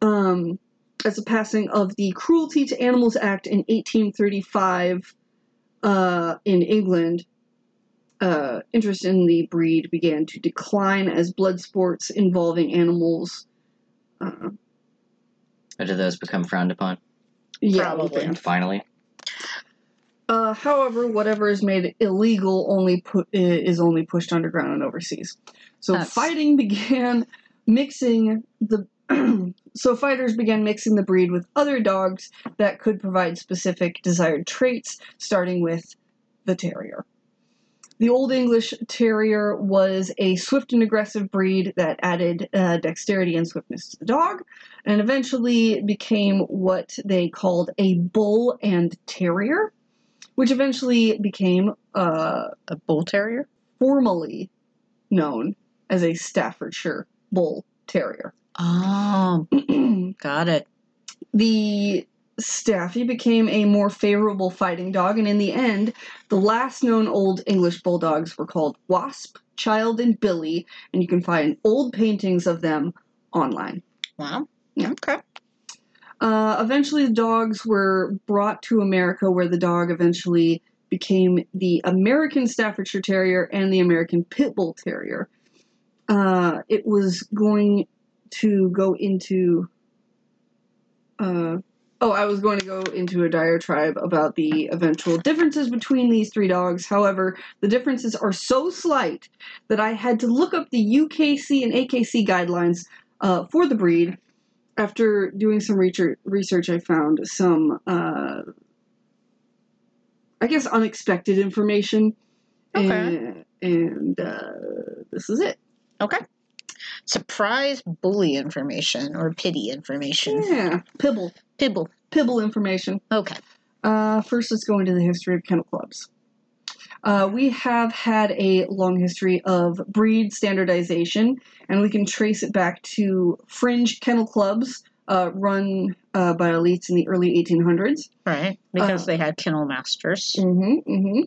Speaker 4: Um, as a passing of the Cruelty to Animals Act in 1835 uh, in England, uh, interest in the breed began to decline as blood sports involving animals. Uh,
Speaker 3: Or did those become frowned upon?
Speaker 4: yeah,
Speaker 2: Probably.
Speaker 4: banned.
Speaker 3: Finally.
Speaker 4: Uh, however, whatever is made illegal only pu- i- is only pushed underground and overseas. So
Speaker 2: That's-
Speaker 4: fighting began mixing the so fighters began mixing the breed with other dogs that could provide specific desired traits, starting with the terrier. The Old English Terrier was a swift and aggressive breed that added uh, dexterity and swiftness to the dog, and eventually became what they called a bull and terrier which eventually became uh,
Speaker 2: A bull terrier?
Speaker 4: formally known as a Staffordshire Bull Terrier.
Speaker 2: Oh, got it.
Speaker 4: the Staffy became a more favorable fighting dog, and in the end, the last known old English bulldogs were called Wasp, Child, and Billy, and you can find old paintings of them online.
Speaker 2: Wow.
Speaker 4: Yeah.
Speaker 2: Okay.
Speaker 4: Uh, eventually, the dogs were brought to America, where the dog eventually became the American Staffordshire Terrier and the American Pit Bull Terrier. Uh, it was going to go into. Uh, oh, I was going to go into a diatribe about the eventual differences between these three dogs. However, the differences are so slight that I had to look up the UKC and AKC guidelines uh, for the breed after doing some research, research I found some, uh, I guess, unexpected information.
Speaker 2: Okay.
Speaker 4: And, and uh, this is it.
Speaker 2: Surprise bully information or pity information.
Speaker 4: Yeah. Pibble.
Speaker 2: Pibble.
Speaker 4: Pibble information.
Speaker 2: Okay.
Speaker 4: Uh, first, let's go into the history of kennel clubs. Uh, we have had a long history of breed standardization, and we can trace it back to fringe kennel clubs uh, run uh, by elites in the early 1800s.
Speaker 2: Right. Because
Speaker 4: Uh,
Speaker 2: they had kennel masters.
Speaker 4: Mm-hmm, mm-hmm.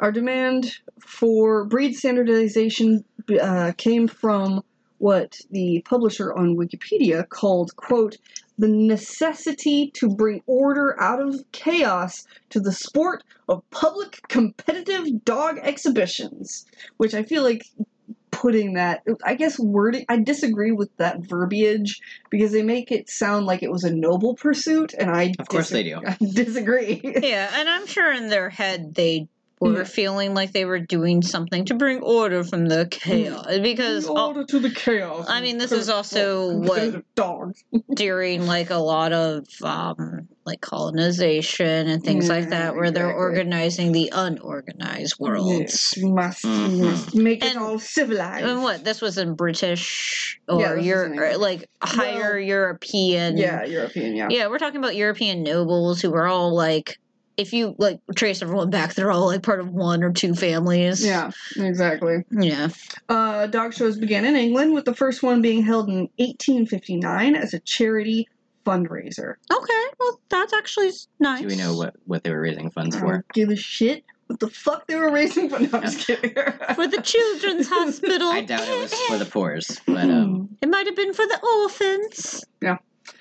Speaker 4: Our demand for breed standardization uh, came from what the publisher on Wikipedia called, quote, the necessity to bring order out of chaos to the sport of public competitive dog exhibitions. Which I feel like putting that, I guess, wording, I disagree with that verbiage because they make it sound like it was a noble pursuit, and I,
Speaker 3: Of course they do.
Speaker 4: I disagree.
Speaker 2: Yeah, and I'm sure in their head they were
Speaker 4: Yeah.
Speaker 2: feeling like they were doing something to bring order from the chaos. Because
Speaker 4: In
Speaker 2: all,
Speaker 4: Mm. order to the chaos.
Speaker 2: I mean, this is also
Speaker 4: Competitive dogs.
Speaker 2: during like a lot of um, like colonization and things like
Speaker 4: Yeah,
Speaker 2: that, where they're
Speaker 4: Mm, exactly.
Speaker 2: organizing the unorganized
Speaker 4: Yes,
Speaker 2: worlds.
Speaker 4: we must, we
Speaker 3: Mhm.
Speaker 4: must make it
Speaker 2: Mm-hmm. And-
Speaker 4: all civilized.
Speaker 2: And what this was in British or
Speaker 4: Yeah, this was
Speaker 2: Euro-
Speaker 4: in
Speaker 2: or
Speaker 4: England.
Speaker 2: like higher
Speaker 4: Well-
Speaker 2: European
Speaker 4: Yeah, European. Yeah.
Speaker 2: Yeah, we're talking about European nobles who were all like, if you like trace everyone back, they're all like part of one or two families.
Speaker 4: Yeah, exactly.
Speaker 2: Yeah.
Speaker 4: Uh, dog shows began in England, with the first one being held in 1859 as a charity fundraiser.
Speaker 2: Okay. Well, that's actually s- nice.
Speaker 3: Do we know what, what they were raising funds
Speaker 4: I
Speaker 3: for?
Speaker 4: don't give a shit what the fuck they were raising for. No, I'm just kidding.
Speaker 2: For the children's hospital.
Speaker 3: I doubt it was for the poors, but
Speaker 4: Mm.
Speaker 3: um,
Speaker 2: It might have been for the orphans.
Speaker 4: Yeah.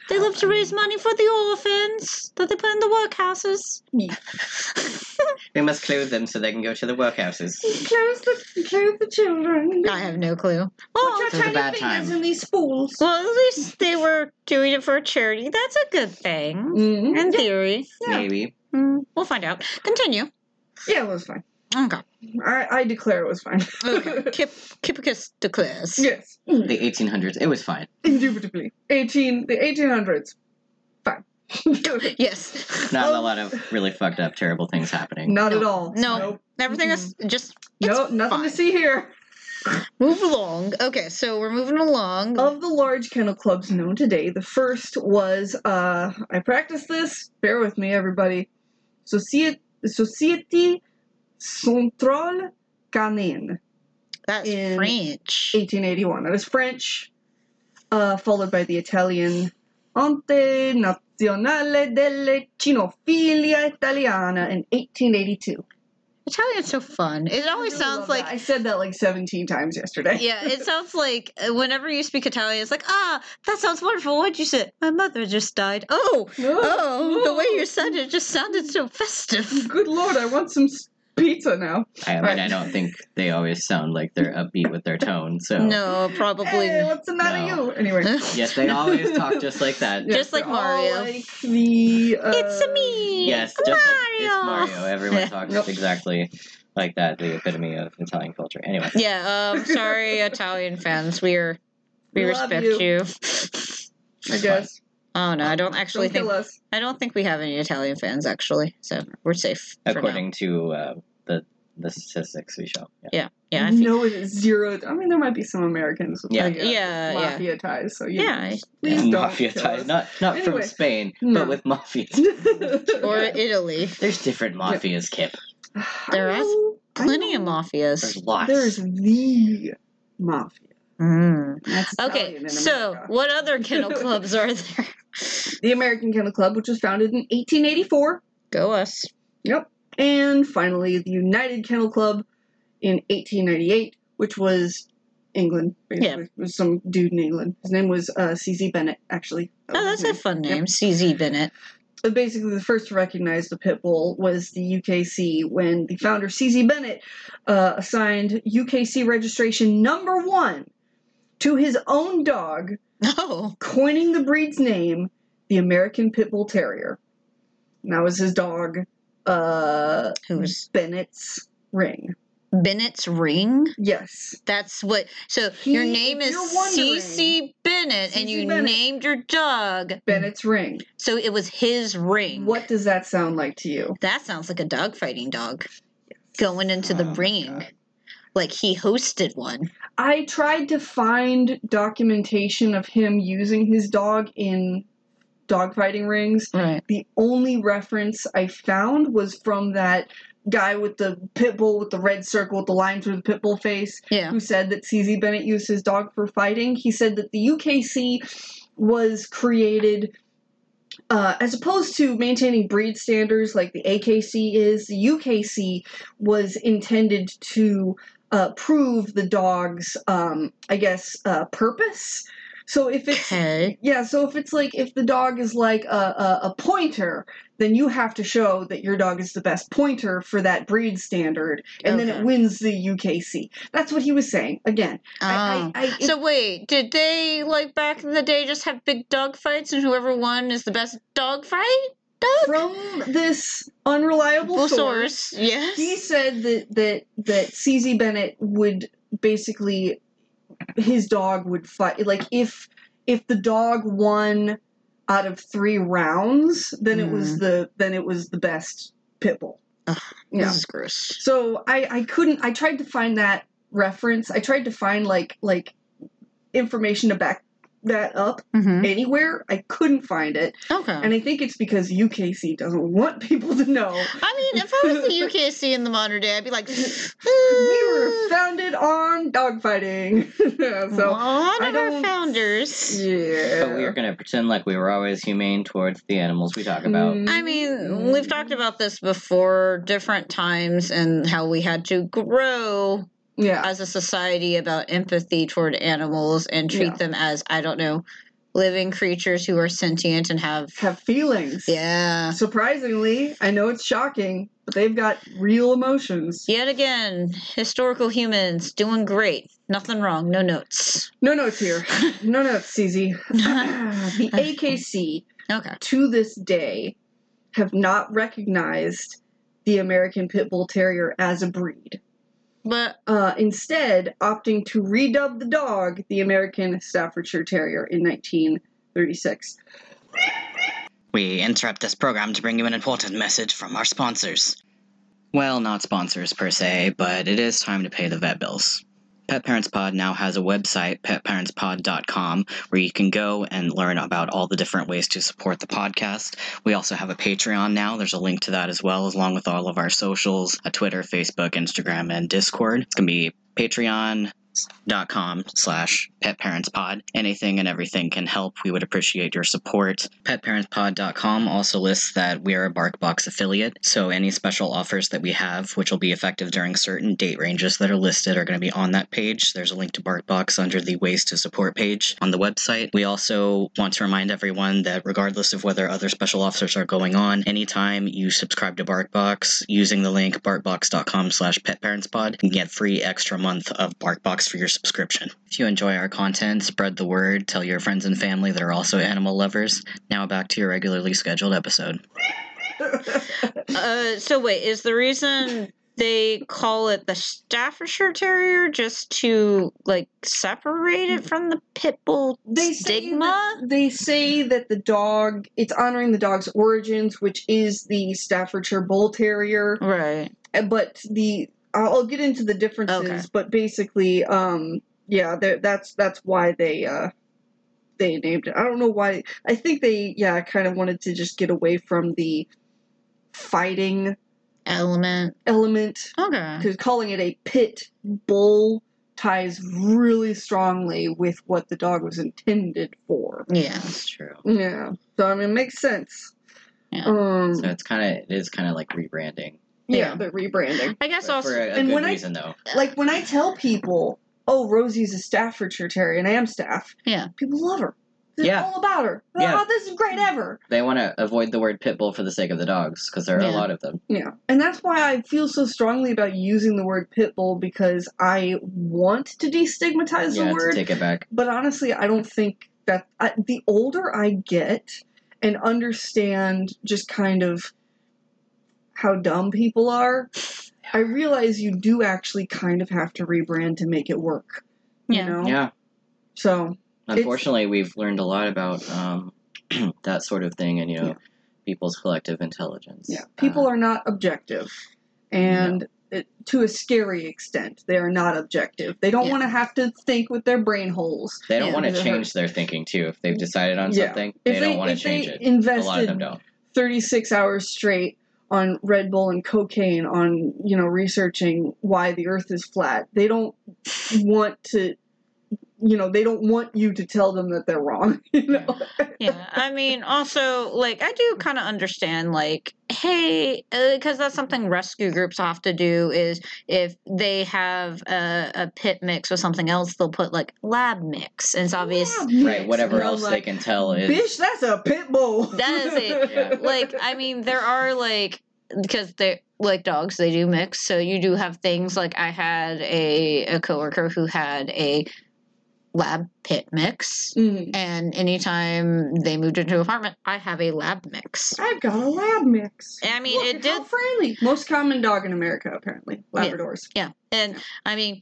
Speaker 2: They love to raise money for the orphans that they put in the workhouses.
Speaker 4: Yeah.
Speaker 3: we must clothe them so they can go to the workhouses.
Speaker 4: close the close the children.
Speaker 2: I have no clue.
Speaker 4: Put your
Speaker 2: Oh,
Speaker 3: This is a
Speaker 4: tiny
Speaker 3: bad
Speaker 4: fingers
Speaker 3: time.
Speaker 4: in these spools.
Speaker 2: well, at least they were doing it for a charity. That's a good thing.
Speaker 4: Mm-hmm.
Speaker 2: In theory.
Speaker 4: Yeah.
Speaker 3: Maybe.
Speaker 2: Mm, we'll find out. Continue.
Speaker 4: Yeah, it was fine.
Speaker 2: Okay.
Speaker 4: I, I declare it was fine.
Speaker 2: Okay. Kip, Kipicus declares.
Speaker 4: yes,
Speaker 3: The 1800s. It was fine.
Speaker 4: indubitably. Eighteen, the eighteen hundreds. Fine.
Speaker 2: Yes.
Speaker 3: Not a lot of really fucked up, terrible things happening.
Speaker 4: Not at
Speaker 2: No.
Speaker 4: all.
Speaker 2: No.
Speaker 4: Nope.
Speaker 2: Everything is just it's
Speaker 4: Nope, nothing
Speaker 2: fine.
Speaker 4: to see here.
Speaker 2: move along. Okay, so we're moving along.
Speaker 4: Of the large kennel clubs known today, the first was uh I practiced this, bear with me everybody. Societe, Societe Centrale Canine.
Speaker 2: That's
Speaker 4: in-
Speaker 2: French.
Speaker 4: 1881. That was French, uh, followed by the Italian Ante Nazionale delle Cinofilia Italiana in 1882.
Speaker 2: Italian's so fun. It always
Speaker 4: I really
Speaker 2: sounds
Speaker 4: love
Speaker 2: like
Speaker 4: that. I said that like 17 times yesterday.
Speaker 2: yeah, it sounds like uh, whenever you speak Italian, it's like, ah, that sounds wonderful. What'd you say? My mother just died. Oh, oh, the way you said it just sounded so festive.
Speaker 4: Good lord, I want some s- pizza now.
Speaker 3: I mean,
Speaker 4: Right.
Speaker 3: I don't think they always sound like they're upbeat with their tone. So
Speaker 2: No, probably.
Speaker 4: Hey, what's the matter
Speaker 3: No.
Speaker 4: you? Anyway.
Speaker 3: yes, they always talk just like that.
Speaker 4: Yeah,
Speaker 2: Just like
Speaker 4: they're all
Speaker 2: Mario.
Speaker 4: like the uh,
Speaker 2: it's a me.
Speaker 3: Yes, just like it's Mario. Everyone talks
Speaker 4: Nope.
Speaker 3: exactly like that. The epitome of Italian culture. Anyway,
Speaker 2: Yeah, um, sorry, Italian fans. We're we
Speaker 4: We love
Speaker 2: respect
Speaker 4: you.
Speaker 2: you.
Speaker 4: I guess.
Speaker 2: Oh no, I don't actually
Speaker 4: Don't kill
Speaker 2: think
Speaker 4: us.
Speaker 2: I don't think we have any Italian fans actually, so we're safe. for now.
Speaker 3: according to uh, the the statistics we show. Yeah.
Speaker 2: yeah, I think,
Speaker 4: no, it is zero. I mean, there might be some Americans with
Speaker 3: Yeah.
Speaker 4: like, uh,
Speaker 2: Yeah, yeah.
Speaker 4: mafia ties. So you-
Speaker 2: yeah, I-
Speaker 4: please don't
Speaker 3: mafia
Speaker 4: kill
Speaker 3: ties,
Speaker 4: us.
Speaker 3: not not from
Speaker 4: Anyway.
Speaker 3: Spain,
Speaker 4: No.
Speaker 3: but with mafia.
Speaker 2: or
Speaker 4: Yeah.
Speaker 2: Italy.
Speaker 3: There's different mafias, Kip.
Speaker 2: There
Speaker 4: I
Speaker 2: is
Speaker 4: know, I
Speaker 2: Plenty of
Speaker 4: know.
Speaker 2: mafias.
Speaker 3: There's lots.
Speaker 4: There's the mafia.
Speaker 2: Mm.
Speaker 4: That's Italian
Speaker 2: Okay,
Speaker 4: in
Speaker 2: so
Speaker 4: America.
Speaker 2: what other kennel clubs are there?
Speaker 4: the American Kennel Club, which was founded in 1884.
Speaker 2: Go us.
Speaker 4: Yep. And finally, the United Kennel Club in 1898, which was England. basically. It was some dude in England. His name was uh, C.Z. Bennett, actually. That
Speaker 2: Oh,
Speaker 4: was his
Speaker 2: that's a
Speaker 4: name.
Speaker 2: fun
Speaker 4: Yep.
Speaker 2: name, CZ Bennett.
Speaker 4: But basically, the first to recognize the pit bull was the UKC when the founder CZ Bennett uh, assigned UKC registration number one to his own dog, Oh,
Speaker 2: No.
Speaker 4: coining the breed's name, the American Pit Bull Terrier. And that was his dog, uh,
Speaker 2: Who's
Speaker 4: Bennett's Ring.
Speaker 2: Mm. Bennett's Ring?
Speaker 4: Yes.
Speaker 2: That's what. So
Speaker 4: He-
Speaker 2: your name
Speaker 4: if
Speaker 2: is
Speaker 4: you're wondering-
Speaker 2: CC Bennett, and
Speaker 4: CC
Speaker 2: you
Speaker 4: Bennett.
Speaker 2: named your dog.
Speaker 4: Bennett's Ring.
Speaker 2: So it was his ring.
Speaker 4: What does that sound like to you?
Speaker 2: That sounds like a dog fighting dog going into
Speaker 3: Oh
Speaker 2: the
Speaker 3: my
Speaker 2: ring.
Speaker 3: God.
Speaker 2: Like he hosted one.
Speaker 4: I tried to find documentation of him using his dog in dogfighting rings.
Speaker 2: Right.
Speaker 4: The only reference I found was from that guy with the pit bull with the red circle with the line through the pit bull face
Speaker 2: Yeah.
Speaker 4: who said that CZ Bennett used his dog for fighting. He said that the UKC was created uh, as opposed to maintaining breed standards like the AKC is, the UKC was intended to uh, prove the dog's, um, I guess, uh, purpose. So if it's
Speaker 2: Okay.
Speaker 4: yeah, so if it's like if the dog is like a, a, a pointer, then you have to show that your dog is the best pointer for that breed standard, and then
Speaker 2: Okay.
Speaker 4: it wins the UKC. That's what he was saying. Again,
Speaker 2: Oh.
Speaker 4: I, I, I, it-
Speaker 2: so wait, did they like back in the day just have big dog fights and whoever won is the best dog fight dog?
Speaker 4: from this unreliable
Speaker 2: Well,
Speaker 4: source,
Speaker 2: source. Yes.
Speaker 4: he said that that that CZ Bennett would basically his dog would fight like if if the dog won out of three rounds, then it was the then it was the best pit bull.
Speaker 2: Mm. Ugh,
Speaker 4: Yeah.
Speaker 2: This is gross.
Speaker 4: So I I couldn't I tried to find that reference. I tried to find like like information to back that up
Speaker 2: hmm Oh.
Speaker 4: anywhere. I couldn't find it.
Speaker 2: Okay.
Speaker 4: Mm-hmm. And I think it's because UKC doesn't want people to know.
Speaker 2: I mean, if I was the UKC in the modern day, I'd be like, uh,
Speaker 4: We were founded on dogfighting. so
Speaker 2: one
Speaker 4: I
Speaker 2: of our
Speaker 4: don't- Mm-hmm.
Speaker 2: founders.
Speaker 4: yeah.
Speaker 3: But we are gonna pretend like we were always humane towards the animals we talk about.
Speaker 4: Mm.
Speaker 2: I mean, we've talked about this before, different times, and how we had to grow
Speaker 4: yeah.
Speaker 2: as a society about empathy toward animals and treat
Speaker 4: Yeah.
Speaker 2: them as, I don't know, living creatures who are sentient and have.
Speaker 4: have feelings.
Speaker 2: Yeah.
Speaker 4: Surprisingly, I know it's shocking, but they've got real emotions.
Speaker 2: Yet again, historical humans doing great. Nothing wrong. No notes.
Speaker 4: No notes here. No notes, CZ. the AKC
Speaker 2: Okay.
Speaker 4: to this day have not recognized the American Pit Bull Terrier as a breed.
Speaker 2: But
Speaker 4: Uh, instead, opting to redub the dog the American Staffordshire Terrier in 1936.
Speaker 1: We interrupt this program to bring you an important message from our sponsors. Well, not sponsors per se, but it is time to pay the vet bills. Pet Parents Pod now has a website, petparentspod.com, where you can go and learn about all the different ways to support the podcast. We also have a Patreon now. There's a link to that as well, along with all of our socials a Twitter, Facebook, Instagram, and Discord. It's going to be Patreon dot com slash pet parents pod anything and everything can help we would appreciate your support petparentspod.com also lists that we are a barkbox affiliate so any special offers that we have which will be effective during certain date ranges that are listed are going to be on that page there's a link to barkbox under the ways to support page on the website we also want to remind everyone that regardless of whether other special offers are going on anytime you subscribe to barkbox using the link barkbox.com slash petparentspod you can get free extra month of barkbox for your subscription. If you enjoy our content, spread the word, tell your friends and family that are also animal lovers. Now back to your regularly scheduled episode.
Speaker 2: Uh, so wait, is the reason they call it the Staffordshire Terrier just to like separate it from the pit bull
Speaker 4: They say
Speaker 2: stigma?
Speaker 4: that- they say that the dog it's honoring the dog's origins, which is the Staffordshire Bull Terrier.
Speaker 2: Right.
Speaker 4: Uh, But the I'll I'll get into the differences,
Speaker 2: Okay.
Speaker 4: but basically, um, yeah, they're- that's that's why they uh, they named it. I don't know why. I think they yeah kind of wanted to just get away from the fighting
Speaker 2: Element.
Speaker 4: element
Speaker 2: Okay.
Speaker 4: because calling it a pit bull ties really strongly with what the dog was intended for.
Speaker 2: Yeah.
Speaker 3: That's true.
Speaker 4: Yeah. So I mean, it makes sense.
Speaker 2: Yeah.
Speaker 4: Um,
Speaker 3: So it's kind of it is kind of like rebranding.
Speaker 4: yeah,
Speaker 2: yeah.
Speaker 4: but rebranding.
Speaker 2: I guess
Speaker 3: But
Speaker 2: also.
Speaker 3: for a, a
Speaker 4: and
Speaker 3: good
Speaker 4: when I-
Speaker 3: reason though.
Speaker 4: Like when I tell people, "Oh, Rosie's a Staffordshire Terrier," and I am staff.
Speaker 2: Yeah.
Speaker 4: People love her. They're
Speaker 3: Yeah.
Speaker 4: all about her. They're,
Speaker 3: Yeah. Mm-hmm.
Speaker 4: Oh, this is great ever.
Speaker 3: They want to avoid the word pit bull for the sake of the dogs because there are
Speaker 2: Yeah.
Speaker 3: a lot of them.
Speaker 4: Yeah. And that's why I feel so strongly about using the word pit bull because I want to destigmatize
Speaker 3: yeah,
Speaker 4: the
Speaker 3: to
Speaker 4: word.
Speaker 3: take it back.
Speaker 4: but honestly, I don't think that I, the older I get and understand just kind of how dumb people are, I realize you do actually kind of have to rebrand to make it work.
Speaker 2: Yeah.
Speaker 4: You know?
Speaker 3: Yeah.
Speaker 4: So,
Speaker 3: Unfortunately, we've learned a lot about um, that sort of thing, and you know,
Speaker 4: Yeah.
Speaker 3: people's collective intelligence.
Speaker 4: yeah, people
Speaker 3: Uh,
Speaker 4: are not objective. And it, to a scary extent, they are not objective. They don't
Speaker 2: Yeah.
Speaker 4: want to have to think with their brain holes.
Speaker 3: they don't
Speaker 2: yeah,
Speaker 3: want to
Speaker 4: these are
Speaker 3: change their thinking too. If they've decided on
Speaker 4: Yeah.
Speaker 3: something,
Speaker 4: If
Speaker 3: they don't want to
Speaker 4: if
Speaker 3: change
Speaker 4: they
Speaker 3: it. A
Speaker 4: Invested
Speaker 3: lot of them don't.
Speaker 4: 36 hours straight on Red Bull and cocaine on, you know, researching why the earth is flat. They don't want to you know, they don't want you to tell them that they're wrong, you know.
Speaker 2: yeah i mean also like i do kind of understand like hey because that's something rescue groups have to do is if they have a, a pit mix with something else they'll put like lab mix and it's obvious
Speaker 4: Yeah,
Speaker 3: Right. Whatever
Speaker 4: you know,
Speaker 3: else they
Speaker 4: like,
Speaker 3: can tell is
Speaker 4: Bitch, that's a pit bull.
Speaker 2: That is it.
Speaker 3: Yeah.
Speaker 2: like i mean there are like because they're like dogs they do mix so you do have things like i had a, a coworker who had a lab pit mix
Speaker 4: Mm.
Speaker 2: and anytime they moved into an apartment i have a lab mix
Speaker 4: I've got a lab mix.
Speaker 2: i mean
Speaker 4: Look at
Speaker 2: it
Speaker 4: how
Speaker 2: did
Speaker 4: friendly. Most common dog in America, apparently.
Speaker 2: Yeah.
Speaker 4: Labradors.
Speaker 2: Yeah, and I mean,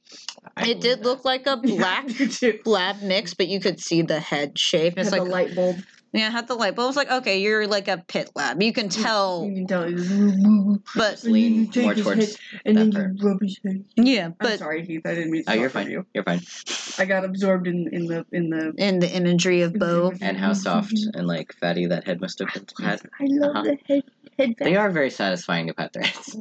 Speaker 3: I
Speaker 2: it
Speaker 3: believe
Speaker 2: did
Speaker 3: that.
Speaker 2: look like a black
Speaker 4: Yeah, you do.
Speaker 2: lab mix, but you could see the head shape. It's
Speaker 4: Have
Speaker 2: like
Speaker 4: a light bulb.
Speaker 2: yeah, I had the light bulb. I was like, okay, you're like a pit lab. You can tell,
Speaker 4: You can tell it's- And then
Speaker 2: but
Speaker 4: you
Speaker 3: lean
Speaker 4: take
Speaker 3: more
Speaker 4: his
Speaker 3: towards.
Speaker 4: and
Speaker 3: That
Speaker 4: then
Speaker 3: part.
Speaker 4: you rub his head.
Speaker 2: yeah,
Speaker 4: I'm
Speaker 2: but
Speaker 4: sorry, Heath. I didn't mean to.
Speaker 3: Oh, you're
Speaker 4: talk over
Speaker 3: fine.
Speaker 4: You.
Speaker 3: You're fine.
Speaker 4: I got absorbed in, in the in the.
Speaker 2: in the imagery of Bo,
Speaker 3: And how
Speaker 4: Mm-hmm.
Speaker 3: soft and like fatty that head must have been. Had.
Speaker 4: I love
Speaker 3: Uh-huh.
Speaker 4: the head head.
Speaker 3: They are very satisfying to pet their heads.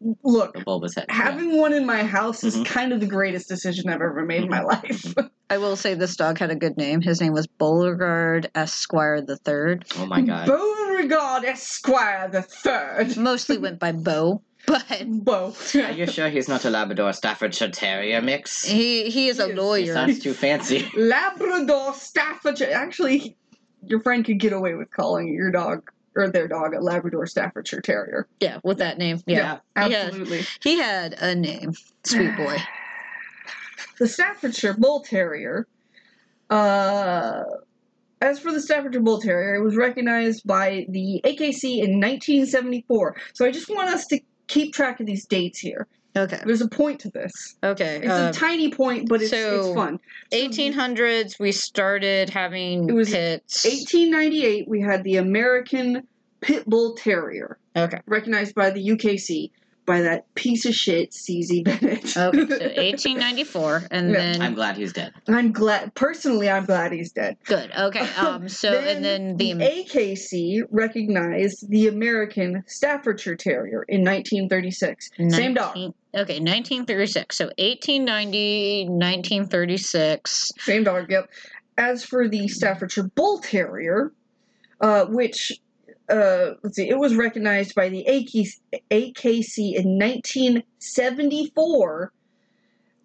Speaker 4: Look,
Speaker 3: The bulbous head.
Speaker 4: having one in my house is
Speaker 3: Mhm.
Speaker 4: kind of the greatest decision I've ever made in my life.
Speaker 3: Oh
Speaker 2: I will say this dog had a good name. His name was Beauregard Esquire the Third.
Speaker 3: Oh my god.
Speaker 4: Beauregard Esquire the Third.
Speaker 2: Mostly went by Bo, but
Speaker 4: Bo.
Speaker 3: Are you sure he's not a Labrador Staffordshire Terrier mix?
Speaker 2: he he is a
Speaker 4: He is-
Speaker 3: It
Speaker 2: lawyer.
Speaker 3: sounds too fancy.
Speaker 4: Labrador Staffordshire. Actually, your friend could get away with calling your dog or their dog a Labrador Staffordshire Terrier.
Speaker 2: Yeah, with that name. Yeah, Yes.
Speaker 4: Absolutely.
Speaker 2: he had a name. Sweet boy.
Speaker 4: the Staffordshire Bull Terrier. Uh, as for the Staffordshire Bull Terrier, it was recognized by the AKC in 1974. So I just want us to keep track of these dates here.
Speaker 2: Okay.
Speaker 4: There's a point to this.
Speaker 2: Okay.
Speaker 4: It's
Speaker 2: uh,
Speaker 4: a tiny point, but it's,
Speaker 2: so-
Speaker 4: it's fun.
Speaker 2: 1800s we started having
Speaker 4: It was
Speaker 2: pits
Speaker 4: 1898, we had the American Pit Bull Terrier,
Speaker 2: okay
Speaker 4: recognized by the UKC. by that piece of shit CZ Bennett.
Speaker 2: Okay, so 1894, and
Speaker 4: Yeah.
Speaker 2: then
Speaker 3: I'm glad he's dead.
Speaker 4: I'm glad personally. I'm glad he's dead.
Speaker 2: good. Okay, um, so and then the,
Speaker 4: AKC recognized the American Staffordshire Terrier in 1936. Same dog,
Speaker 2: 19 Okay, 1936. So 1890, 1936.
Speaker 4: same dog. Yep. As for the Staffordshire Bull Terrier, uh, which uh, let's see, it was recognized by the AKC, AKC in 1974.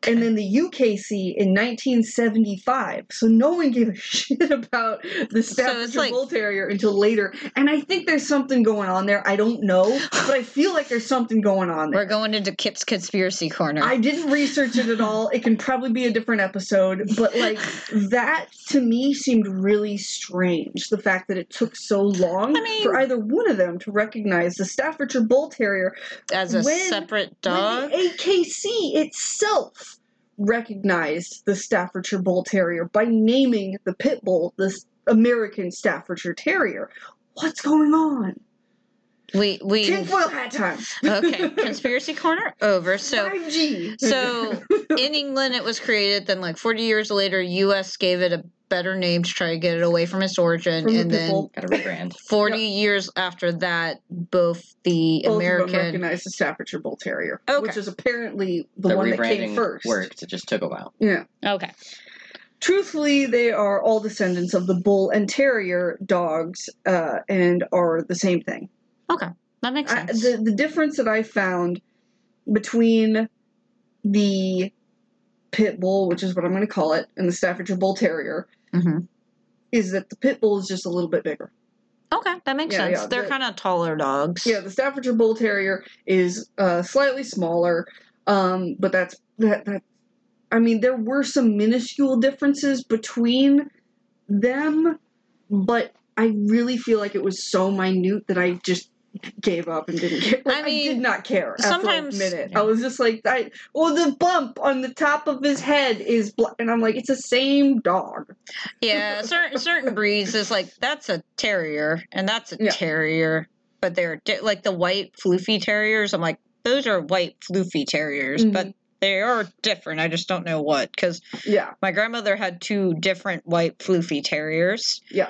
Speaker 4: And then the UKC in 1975. So no one gave a shit about the Staffordshire
Speaker 2: like-
Speaker 4: Bull Terrier until later. And I think there's something going on there. I don't know, but I feel like there's something going on there.
Speaker 2: We're going into Kit's conspiracy corner.
Speaker 4: I didn't research it at all. It can probably be a different episode, but like that to me seemed really strange. The fact that it took so long
Speaker 2: I mean-
Speaker 4: for either one of them to recognize the Staffordshire Bull Terrier
Speaker 2: As a
Speaker 4: when-
Speaker 2: separate
Speaker 4: when
Speaker 2: dog.
Speaker 4: the AKC itself recognized the Staffordshire Bull Terrier by naming the pit bull the American Staffordshire Terrier. What's going on?
Speaker 2: We we
Speaker 4: Tinfoil hat time.
Speaker 2: okay. Conspiracy corner over. So
Speaker 4: 5G.
Speaker 2: so in England it was created. Then like 40 years later, U.S. gave it a better name to try to get it away from its origin,
Speaker 4: From the
Speaker 2: and
Speaker 4: pit
Speaker 2: then.
Speaker 4: bull,
Speaker 3: Got a rebrand.
Speaker 2: 40 years after that, both the
Speaker 4: both of them
Speaker 2: American.
Speaker 4: recognized the Staffordshire Bull Terrier,
Speaker 2: Okay.
Speaker 4: which is apparently the,
Speaker 3: The,
Speaker 4: one that
Speaker 3: rebranding
Speaker 4: came first.
Speaker 3: worked. It just took a while.
Speaker 4: Yeah.
Speaker 2: Okay.
Speaker 4: Truthfully, they are all descendants of the bull and terrier dogs, uh, and are the same thing.
Speaker 2: That makes
Speaker 4: I,
Speaker 2: sense.
Speaker 4: the the difference that I found between the pit bull, which is what I'm going to call it, and the Staffordshire Bull Terrier
Speaker 2: hmm
Speaker 4: is that the pit bull is just a little bit bigger.
Speaker 2: Okay, that makes
Speaker 4: Yeah,
Speaker 2: sense.
Speaker 4: yeah,
Speaker 2: They're
Speaker 4: the-
Speaker 2: kind of taller dogs.
Speaker 4: Yeah, the Staffordshire Bull Terrier is uh, slightly smaller, um, but that's that, that. I mean, there were some minuscule differences between them, but I really feel like it was so minute that I just gave up and didn't care. Like, I,
Speaker 2: I mean,
Speaker 4: did not care
Speaker 2: sometimes-
Speaker 4: after a minute.
Speaker 3: Yeah.
Speaker 4: I was just like, I, well, the bump on the top of his head is, bla-. and I'm like, it's the same dog.
Speaker 2: Yeah, certain certain breeds is like that's a terrier and that's a
Speaker 4: Yeah.
Speaker 2: terrier, but they're di- like the white floofy terriers. I'm like those are white floofy terriers, but
Speaker 4: Mm-hmm.
Speaker 2: they are different. I just don't know what because
Speaker 4: Yeah,
Speaker 2: my grandmother had two different white floofy terriers.
Speaker 4: Yeah.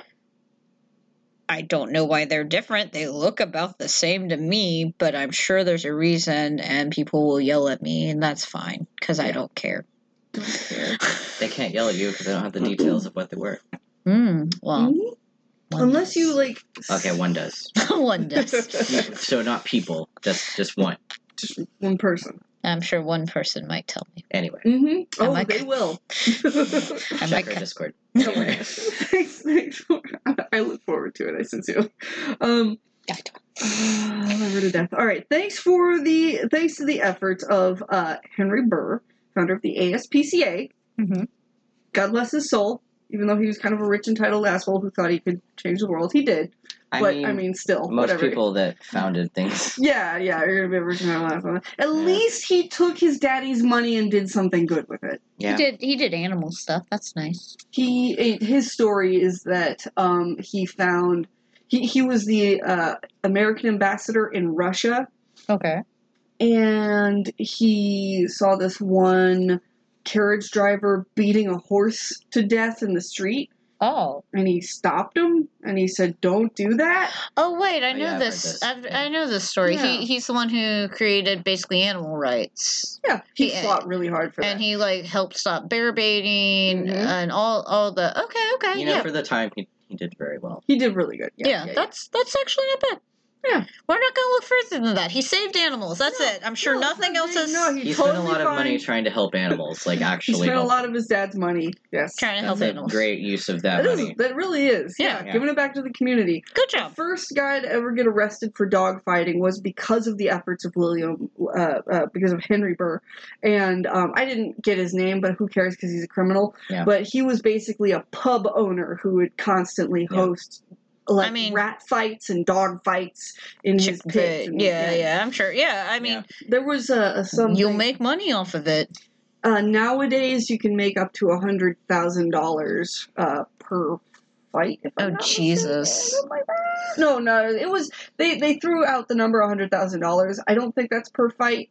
Speaker 2: I don't know why they're different. They look about the same to me, but I'm sure there's a reason, and people will yell at me, and that's fine because I
Speaker 3: Yeah.
Speaker 2: don't care.
Speaker 3: They can't yell at you because they don't have the details of what they were.
Speaker 2: Mm, well,
Speaker 4: Mhm.
Speaker 2: one
Speaker 4: unless you
Speaker 2: does.
Speaker 4: like.
Speaker 3: Okay, one does.
Speaker 2: one does.
Speaker 3: so not people, just just one.
Speaker 4: Just one person.
Speaker 2: I'm sure one person might tell me.
Speaker 3: Anyway,
Speaker 4: Mm-hmm.
Speaker 2: Am
Speaker 4: Oh,
Speaker 2: I-
Speaker 4: they will.
Speaker 2: I
Speaker 3: check
Speaker 2: might
Speaker 3: our
Speaker 2: cut-
Speaker 3: Discord.
Speaker 4: Anyway, thanks, thanks. For, I look forward to it. I sincerely. Um, uh, liver to death. All right. Thanks for the thanks to the efforts of uh, Henry Burr, founder of the ASPCA.
Speaker 2: Mhm.
Speaker 4: God bless his soul. Even though he was kind of a rich, entitled asshole who thought he could change the world, he did.
Speaker 3: I
Speaker 4: but
Speaker 3: mean,
Speaker 4: I mean, still,
Speaker 3: most
Speaker 4: whatever.
Speaker 3: people that founded things.
Speaker 4: yeah, yeah, you're gonna be a rich entitled asshole. At least he took his daddy's money and did something good with it.
Speaker 2: He
Speaker 3: Yeah.
Speaker 2: did. He did animal stuff. That's nice.
Speaker 4: he it- his story is that um, he found he, he was the uh, American ambassador in Russia
Speaker 2: Okay.
Speaker 4: and he saw this one carriage driver beating a horse to death in the street
Speaker 2: Oh.
Speaker 4: and he stopped him and he said don't do that
Speaker 2: Oh wait, I
Speaker 3: Oh,
Speaker 2: know
Speaker 3: yeah, I've heard
Speaker 2: this.
Speaker 3: this,
Speaker 2: I've,
Speaker 3: yeah.
Speaker 2: I know this story.
Speaker 4: Yeah.
Speaker 2: He he's the one who created basically animal rights.
Speaker 4: yeah he
Speaker 2: He- eh,
Speaker 4: fought really hard for
Speaker 2: And
Speaker 4: that
Speaker 2: he like helped stop bear baiting
Speaker 4: Mhm.
Speaker 2: and all all the okay okay
Speaker 3: You know,
Speaker 2: yeah
Speaker 3: for the time, he, he did very well.
Speaker 4: he did really good
Speaker 2: yeah, that's that's actually not bad
Speaker 4: Yeah.
Speaker 2: we're not gonna look further than that he saved animals that's it I'm sure
Speaker 4: No,
Speaker 2: nothing
Speaker 4: no,
Speaker 2: else is
Speaker 4: no, he
Speaker 3: He
Speaker 4: totally
Speaker 3: spent a lot of money
Speaker 4: fine.
Speaker 3: trying to help animals, like
Speaker 4: he
Speaker 3: actually.
Speaker 4: spent a
Speaker 3: help
Speaker 4: lot of his dad's money yes
Speaker 2: trying to help
Speaker 3: That's a
Speaker 2: animals
Speaker 3: great use of that
Speaker 4: that, is,
Speaker 3: money.
Speaker 4: that really is
Speaker 2: Yeah.
Speaker 4: yeah giving it back to the community
Speaker 2: good job
Speaker 4: first guy to ever get arrested for dogfighting was because of the efforts of William, uh, uh, because of Henry Burr. And um, I didn't get his name, but who cares because he's a criminal.
Speaker 3: Yeah.
Speaker 4: But he was basically a pub owner who would constantly
Speaker 3: Yeah.
Speaker 4: host like
Speaker 2: I mean-
Speaker 4: rat fights and dog fights in his
Speaker 2: Chick-
Speaker 4: pit.
Speaker 2: but- yeah, yeah, I'm sure. Yeah, I mean,
Speaker 4: There was a, a something.
Speaker 2: you'll make money off of it.
Speaker 4: uh, nowadays you can make up to a hundred thousand uh, dollars per fight. If I'm
Speaker 2: Oh,
Speaker 4: not mistaken,
Speaker 2: Jesus.
Speaker 4: something like that. No, no, it was they they threw out the number hundred thousand dollars. I don't think that's per fight.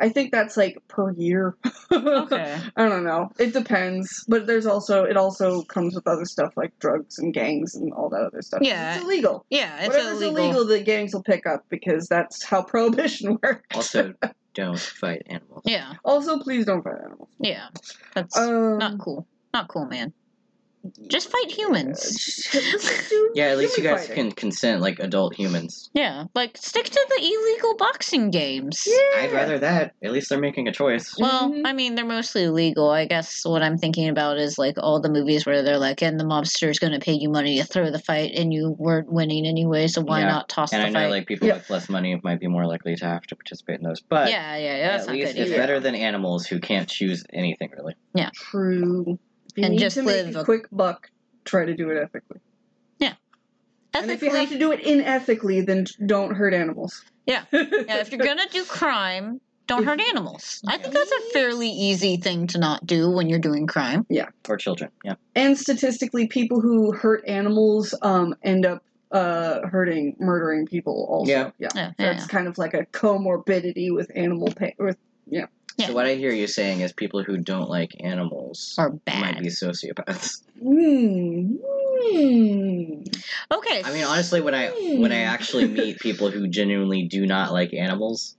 Speaker 4: I think that's like per year.
Speaker 2: Okay.
Speaker 4: I don't know. It depends, but there's also it also comes with other stuff like drugs and gangs and all that other stuff.
Speaker 2: Yeah.
Speaker 4: it's illegal.
Speaker 2: Yeah, it's
Speaker 4: Whatever's
Speaker 2: illegal.
Speaker 4: illegal. the gangs will pick up because that's how prohibition works.
Speaker 3: Also, don't fight animals.
Speaker 2: Yeah,
Speaker 4: Also, please don't fight animals.
Speaker 2: yeah. That's
Speaker 4: Um,
Speaker 2: not cool. Not cool, man. Just fight humans.
Speaker 3: Yeah, at least you guys can consent like adult humans.
Speaker 2: yeah, like stick to the illegal boxing games.
Speaker 3: I'd rather that. At least they're making a choice.
Speaker 2: Well,
Speaker 4: Mhm.
Speaker 2: I mean, they're mostly legal. I guess what I'm thinking about is like all the movies where they're like, and the mobster is going to pay you money to throw the fight, and you weren't winning anyway, so why
Speaker 3: Yeah.
Speaker 2: not toss
Speaker 3: And
Speaker 2: the
Speaker 3: I know
Speaker 2: fight?
Speaker 3: like people
Speaker 4: Yeah.
Speaker 3: with less money might be more likely to have to participate in those, but
Speaker 2: yeah, yeah, yeah, that's
Speaker 3: at
Speaker 2: not
Speaker 3: least
Speaker 2: good
Speaker 3: it's
Speaker 2: either.
Speaker 4: Yeah.
Speaker 3: better than animals who can't choose anything really.
Speaker 4: True. If you
Speaker 2: And
Speaker 4: need
Speaker 2: just
Speaker 4: to
Speaker 2: live
Speaker 4: make a,
Speaker 2: a-
Speaker 4: quick buck. Try to do it ethically. And if you
Speaker 2: Ethically,
Speaker 4: have to do it inethically, then don't hurt animals.
Speaker 2: Yeah. yeah, if you're gonna do crime, don't hurt animals. I think that's a fairly easy thing to not do when you're doing crime.
Speaker 3: Or children. Yeah.
Speaker 4: and statistically, people who hurt animals um, end up uh, hurting, murdering people. Also,
Speaker 3: Yeah.
Speaker 2: Yeah, yeah,
Speaker 4: that's
Speaker 2: yeah.
Speaker 4: kind of like a comorbidity with animal pain. With
Speaker 2: Yeah.
Speaker 3: So what I hear you saying is people who don't like animals
Speaker 2: Or
Speaker 3: might
Speaker 2: bad.
Speaker 3: be sociopaths.
Speaker 4: mm, mm.
Speaker 2: Okay.
Speaker 3: I mean honestly when I when I actually
Speaker 2: Hmm.
Speaker 3: meet people who genuinely do not like animals,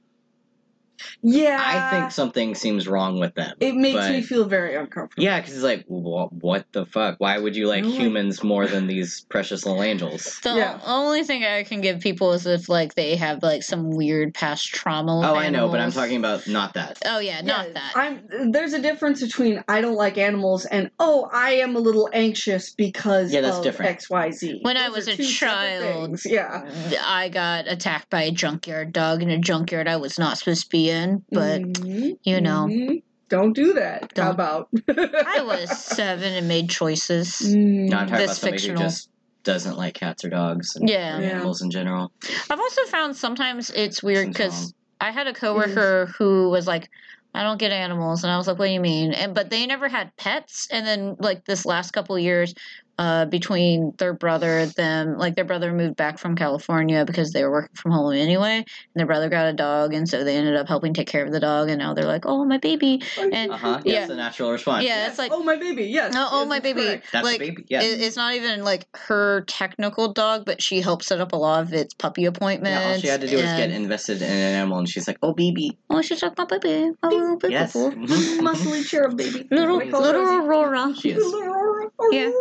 Speaker 4: yeah,
Speaker 3: I
Speaker 2: Ah.
Speaker 3: think something seems wrong with them.
Speaker 4: it makes
Speaker 3: but-
Speaker 4: me feel very uncomfortable.
Speaker 3: Yeah, because it's like, wha what the fuck? Why would you like
Speaker 4: No, I-
Speaker 3: humans more than these precious little angels?
Speaker 2: the
Speaker 4: yeah.
Speaker 2: only thing I can give people is if like they have like some weird past trauma. with
Speaker 3: Oh, I know, but I'm
Speaker 2: animals.
Speaker 3: talking about not that.
Speaker 2: Oh yeah, not
Speaker 4: Yeah,
Speaker 2: that.
Speaker 4: I'm, there's a difference between I don't like animals and oh, I am a little anxious because
Speaker 3: Yeah, that's
Speaker 4: of
Speaker 3: different.
Speaker 4: X Y Z.
Speaker 2: When I
Speaker 4: Those
Speaker 2: was
Speaker 4: are
Speaker 2: a
Speaker 4: two separate
Speaker 2: child,
Speaker 4: things. yeah.
Speaker 2: I got attacked by a junkyard dog in a junkyard I was not supposed to be in, but
Speaker 3: Mm.
Speaker 4: Mhm,
Speaker 2: you know.
Speaker 4: mhm. don't do that. How
Speaker 2: Don't.
Speaker 4: about
Speaker 2: I was seven and made choices.
Speaker 4: Mm.
Speaker 3: No, I'm talking about
Speaker 2: That's
Speaker 3: somebody
Speaker 2: Mm-hmm. fictional.
Speaker 3: who just doesn't like cats or dogs and
Speaker 2: Yeah.
Speaker 3: or
Speaker 4: Yeah.
Speaker 3: animals in general.
Speaker 2: I've also found sometimes it's weird
Speaker 3: Seems
Speaker 2: because
Speaker 3: wrong. Mm.
Speaker 2: I had a coworker who was like, "I don't get animals," and I was like, "What do you mean?" And but they never had pets, and then like this last couple years, uh, between their brother, them, like their brother moved back from California because they were working from home anyway, and their brother got a dog, and so they ended up helping take care of the dog, and now they're like, "Oh, my baby!" And
Speaker 3: Uh huh.
Speaker 2: Yeah.
Speaker 3: That's the natural response.
Speaker 2: yeah, it's like,
Speaker 4: oh my baby, yes.
Speaker 2: "Oh, oh
Speaker 4: yes,
Speaker 2: my
Speaker 4: that's
Speaker 2: baby!"
Speaker 4: correct.
Speaker 3: That's
Speaker 2: like,
Speaker 3: a baby. Yeah.
Speaker 2: it- it's not even like her technical dog, but she helped set up a lot of its puppy appointments.
Speaker 3: yeah, all she had to do was get
Speaker 2: and-
Speaker 3: invested in an animal, and she's like, "Oh, baby,
Speaker 2: Oh, she's like my baby. My little baby.
Speaker 3: yes,
Speaker 2: boy.
Speaker 3: Mhm.
Speaker 4: Muscly cherub baby.
Speaker 2: Little,
Speaker 4: What do you call
Speaker 2: little
Speaker 4: Rosie?
Speaker 2: Aurora.
Speaker 3: she is."
Speaker 4: Little Aurora.
Speaker 2: Yeah.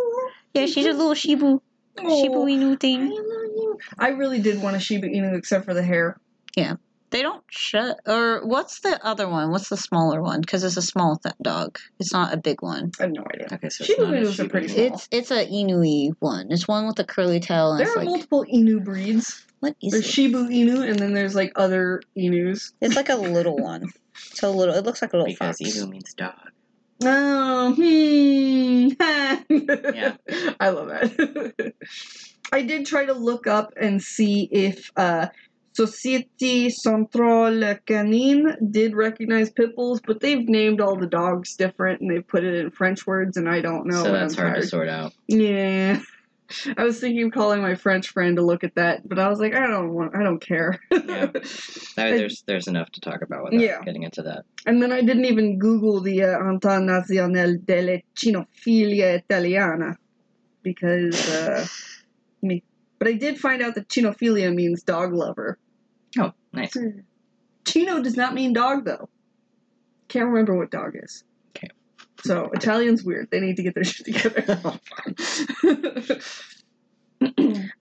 Speaker 2: Yeah, she's a little Shibu. Shibu
Speaker 4: Oh,
Speaker 2: Inu
Speaker 4: I love
Speaker 2: thing.
Speaker 4: you. I really did want a Shiba Inu except for the hair.
Speaker 2: They don't shut. Or what's the other one? What's the smaller one? Because it's a small th- dog. It's not a big one.
Speaker 4: I have no idea.
Speaker 3: Okay, so
Speaker 4: Shiba
Speaker 3: it's not a
Speaker 4: Inus are
Speaker 3: Shiba
Speaker 4: pretty
Speaker 3: Inu.
Speaker 4: small.
Speaker 2: It's it's a Inui one. It's one with a curly tail. And
Speaker 4: There
Speaker 2: it's
Speaker 4: are
Speaker 2: like
Speaker 4: multiple Inu breeds.
Speaker 2: what is
Speaker 4: There's
Speaker 2: it?
Speaker 4: Shibu Inu, and then there's like other Inus.
Speaker 2: It's like a little one. It's a little. It looks like a little
Speaker 3: because
Speaker 2: fox.
Speaker 3: Inu means dog.
Speaker 4: Oh, hmm. yeah.
Speaker 3: Yeah.
Speaker 4: I love that. I did try to look up and see if uh, Societe Centrale Canine did recognize pit bulls, but they've named all the dogs different and they've put it in French words, and I don't know. and
Speaker 3: so that's
Speaker 4: I'm
Speaker 3: hard to
Speaker 4: tired.
Speaker 3: sort out.
Speaker 4: Yeah. I was thinking of calling my French friend to look at that, but I was like, I don't want, I don't care.
Speaker 3: Yeah. I mean,
Speaker 4: I-
Speaker 3: there's there's enough to talk about without
Speaker 4: Yeah.
Speaker 3: getting into that.
Speaker 4: And then I didn't even Google the uh, Internazionale delle Cinophilia Italiana because uh, me. But I did find out that cinophilia means dog lover.
Speaker 3: Oh, nice.
Speaker 4: Chino does not mean dog though. Can't remember what dog is.
Speaker 3: Okay.
Speaker 4: So Italian's weird. They need to get their shit together.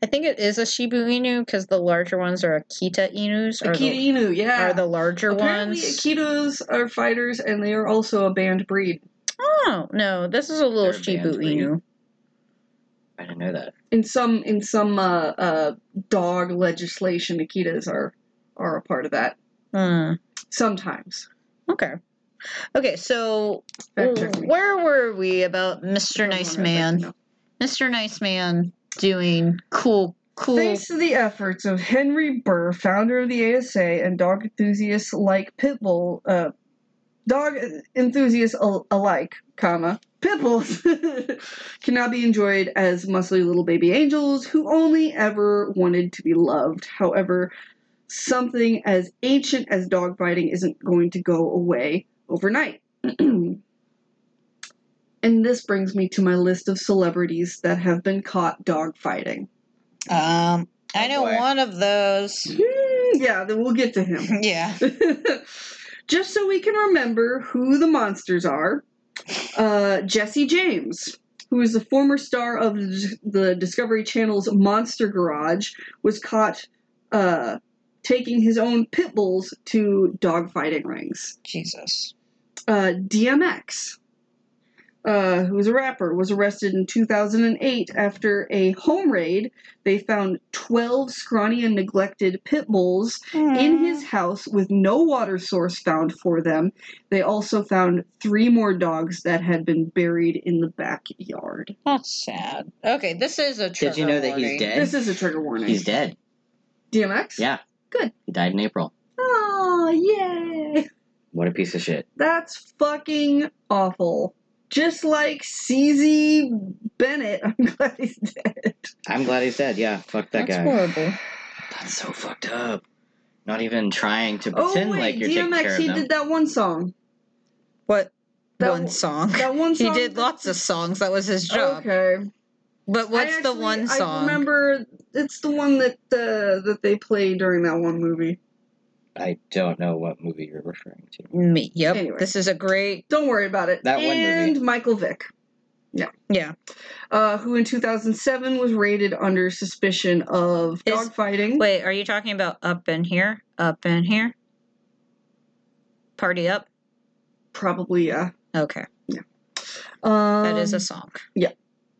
Speaker 2: I think it is a Shibu Inu because the larger ones are Akita Inus. Or
Speaker 4: Akita
Speaker 2: the,
Speaker 4: Inu, yeah.
Speaker 2: are the larger
Speaker 4: Apparently,
Speaker 2: ones.
Speaker 4: Akitas are fighters, and they are also a banned breed.
Speaker 2: Oh no, this is a little
Speaker 3: They're a
Speaker 2: Shibu
Speaker 3: band breed.
Speaker 2: Inu.
Speaker 3: I didn't know that.
Speaker 4: in some in some uh, uh, dog legislation, Akitas are are a part of that
Speaker 2: Hmm.
Speaker 4: sometimes.
Speaker 2: okay. Okay, so
Speaker 4: Fact check me.
Speaker 2: where were we about Mr.
Speaker 4: Someone
Speaker 2: Nice
Speaker 4: I'd like to
Speaker 2: Man?
Speaker 4: know.
Speaker 2: Mr. Nice Man doing cool, cool.
Speaker 4: Thanks to the efforts of Henry Burr, founder of the ASA, and dog enthusiasts like Pitbull, uh, Dog enthusiasts al- alike, comma, pimples can now be enjoyed as muscly little baby angels who only ever wanted to be loved. However, something as ancient as dogfighting isn't going to go away overnight. and this brings me to my list of celebrities that have been caught dogfighting.
Speaker 2: Um, I
Speaker 3: Oh,
Speaker 2: know
Speaker 3: boy.
Speaker 2: one of those.
Speaker 4: Hmm, yeah, then we'll get to him.
Speaker 2: yeah.
Speaker 4: Just so we can remember who the monsters are, uh, Jesse James, who is the former star of the Discovery Channel's Monster Garage, was caught uh, taking his own pit bulls to dogfighting rings.
Speaker 2: Jesus.
Speaker 4: Uh, DMX, uh, who was a rapper, was arrested in 2008 after a home raid. They found 12 scrawny and neglected pit bulls in
Speaker 3: Mm-hmm.
Speaker 2: Hmm,
Speaker 4: his house with no water source found for them. They also found three more dogs that had been buried in the backyard.
Speaker 2: That's sad. Okay, this is a trigger
Speaker 3: Did you know that
Speaker 2: warning.
Speaker 3: he's dead?
Speaker 4: This is a trigger warning.
Speaker 3: He's dead.
Speaker 4: DMX?
Speaker 3: Yeah.
Speaker 4: Good.
Speaker 3: He died in April.
Speaker 4: Oh, yay!
Speaker 3: What a piece of shit.
Speaker 4: That's fucking awful. Just like CZ Bennett, I'm glad he's dead.
Speaker 3: I'm glad he's dead. Yeah, fuck that
Speaker 2: That's
Speaker 3: guy.
Speaker 2: horrible.
Speaker 3: That's so fucked up. Not even trying to
Speaker 4: Oh
Speaker 3: pretend
Speaker 4: wait,
Speaker 3: like you're taking care
Speaker 4: DMX,
Speaker 3: of
Speaker 4: he
Speaker 3: them.
Speaker 4: did that one song.
Speaker 2: What
Speaker 4: That
Speaker 2: one
Speaker 4: w-
Speaker 2: song?
Speaker 4: That one
Speaker 2: He
Speaker 4: song.
Speaker 2: did lots of songs. That was his job.
Speaker 4: Okay.
Speaker 2: But what's
Speaker 4: I
Speaker 2: the
Speaker 4: actually-
Speaker 2: one
Speaker 4: I
Speaker 2: song?
Speaker 4: remember it's the one that uh, that they play during that one movie.
Speaker 3: I don't know what movie you're referring to.
Speaker 2: Me. Yep.
Speaker 4: Anyway.
Speaker 2: This is a great.
Speaker 4: Don't worry about it.
Speaker 3: That
Speaker 4: and
Speaker 3: one movie.
Speaker 4: Michael Vick,
Speaker 2: Yeah.
Speaker 4: uh, who in 2007 was raided under suspicion of
Speaker 2: Is-
Speaker 4: dogfighting.
Speaker 2: Wait, are you talking about up in here? Up in here? Party up.
Speaker 4: Probably, yeah.
Speaker 2: Okay,
Speaker 4: Um,
Speaker 2: that is a song.
Speaker 4: yeah.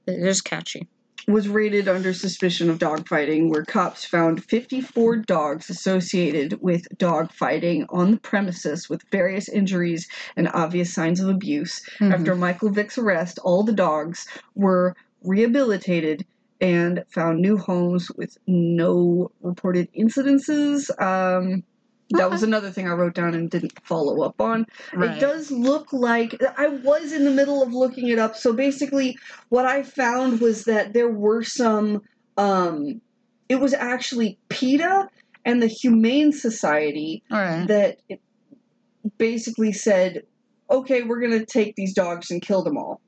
Speaker 2: it is catchy.
Speaker 4: was raided under suspicion of dogfighting, where cops found 54 dogs associated with dogfighting on the premises with various injuries and obvious signs of abuse. After Michael Vick's arrest, all the dogs were rehabilitated and found new homes with no reported incidences. Um, that was another thing I wrote down and didn't follow up on.
Speaker 2: Mm-hmm.
Speaker 4: It does look like I was in the middle of looking it up. So basically, what I found was that there were some. Um, it was actually PETA and the Humane Society
Speaker 2: All right.
Speaker 4: that it basically said, "Okay, we're going to take these dogs and kill them all."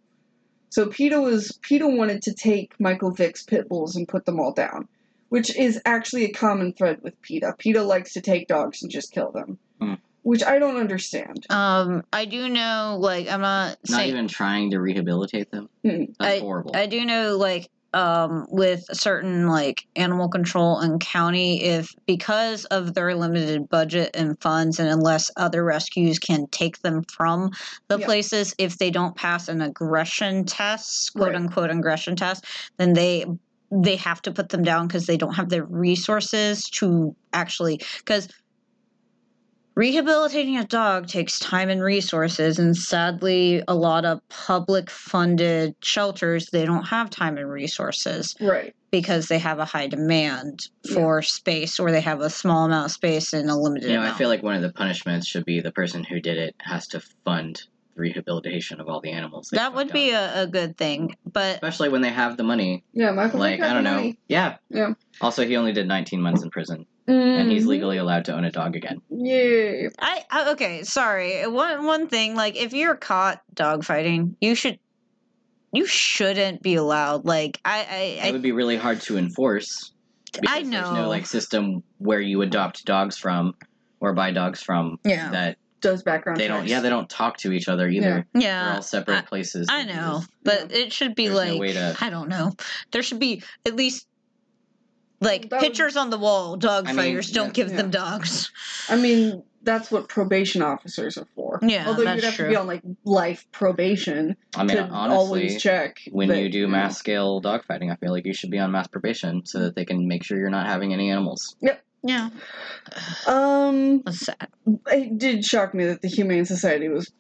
Speaker 4: So PETA was PETA wanted to take Michael Vick's pit bulls and put them all down, which is actually a common thread with PETA. PETA likes to take dogs and just kill them,
Speaker 3: Hmm.
Speaker 4: which I don't understand.
Speaker 2: Um, I do know. Like, I'm not,
Speaker 3: Not
Speaker 2: saying.
Speaker 3: even trying to rehabilitate them.
Speaker 4: Mm.
Speaker 3: That's horrible.
Speaker 2: I do know, like, um, with certain like animal control and county, if because of their limited budget and funds, and unless other rescues can take them from the
Speaker 4: Yeah.
Speaker 2: places, if they don't pass an aggression test, quote
Speaker 4: Right.
Speaker 2: unquote aggression test, then they they have to put them down because they don't have the resources to actually because Rehabilitating a dog takes time and resources, and sadly, a lot of public funded shelters they don't have time and resources
Speaker 4: Right.
Speaker 2: because they have a high demand
Speaker 4: Yeah.
Speaker 2: for space or they have a small amount of space and a limited
Speaker 3: you know, I
Speaker 2: amount.
Speaker 3: feel like one of the punishments should be the person who did it has to fund the rehabilitation of all the animals. they
Speaker 2: that would
Speaker 3: fucked
Speaker 2: be
Speaker 3: up.
Speaker 2: a, a good thing, but
Speaker 3: especially when they have the money.
Speaker 4: Yeah, Michael
Speaker 3: Like
Speaker 4: Vick. had
Speaker 3: I don't
Speaker 4: the
Speaker 3: know.
Speaker 4: money.
Speaker 3: Yeah.
Speaker 4: Yeah.
Speaker 3: Also, he only did 19 months in prison, and he's
Speaker 4: Mhm.
Speaker 3: legally allowed to own a dog again.
Speaker 4: Yeah.
Speaker 2: I, I okay, sorry. One one thing, like if you're caught dogfighting, you should you shouldn't be allowed. Like I I,
Speaker 3: It
Speaker 2: I
Speaker 3: would be really hard to enforce.
Speaker 2: I
Speaker 3: because There's
Speaker 2: know.
Speaker 3: no like system where you adopt dogs from or buy dogs from
Speaker 2: yeah
Speaker 3: that
Speaker 4: Does background.
Speaker 3: they don't.
Speaker 4: checks.
Speaker 3: Yeah, they don't talk to each other either. They're
Speaker 2: yeah. Uh,
Speaker 3: all separate places.
Speaker 2: I
Speaker 3: They do
Speaker 2: know,
Speaker 3: this.
Speaker 2: but it should be
Speaker 3: There's no
Speaker 2: like
Speaker 3: way to-
Speaker 2: I don't know. There should be at least like
Speaker 4: That would-
Speaker 2: pictures on the wall. Dog
Speaker 3: I mean,
Speaker 2: fighters. Don't
Speaker 3: yeah,
Speaker 2: give them
Speaker 4: yeah.
Speaker 2: dogs.
Speaker 4: I mean, that's what probation officers are for.
Speaker 2: Yeah,
Speaker 4: Although
Speaker 2: that's
Speaker 4: you'd have
Speaker 2: true.
Speaker 4: to be on like life probation
Speaker 3: I mean,
Speaker 4: to
Speaker 3: honestly,
Speaker 4: always check
Speaker 3: when
Speaker 4: that,
Speaker 3: you do
Speaker 4: know.
Speaker 3: mass scale dogfighting, I feel like you should be on mass probation so that they can make sure you're not having any animals.
Speaker 2: Yeah,
Speaker 4: Um,
Speaker 2: that's sad.
Speaker 4: it did shock me that the Humane Society was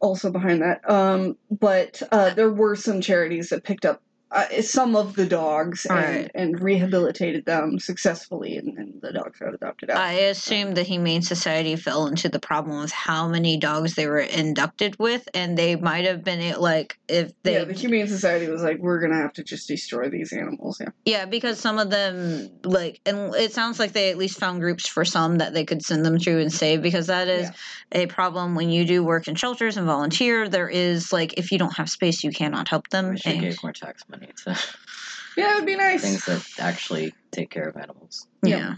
Speaker 4: also behind that. Um, but uh, there were some charities that picked up. uh, some of the dogs
Speaker 2: Right.
Speaker 4: and, and rehabilitated them successfully, and, and the dogs got adopted out.
Speaker 2: I assume the Humane Society fell into the problem with how many dogs they were inducted with, and they might have been it- like if they
Speaker 4: yeah, the Humane Society was like, we're gonna have to just destroy these animals. Yeah,
Speaker 2: Yeah, because some of them like, and it sounds like they at least found groups for some that they could send them to and save. Because that is a problem when you do work in shelters and volunteer. There is like, if you don't have space, you cannot help them.
Speaker 3: We should
Speaker 2: and-
Speaker 3: give more tax money to
Speaker 4: yeah, it'd be nice.
Speaker 3: things that actually take care of animals.
Speaker 4: yeah.
Speaker 2: yeah,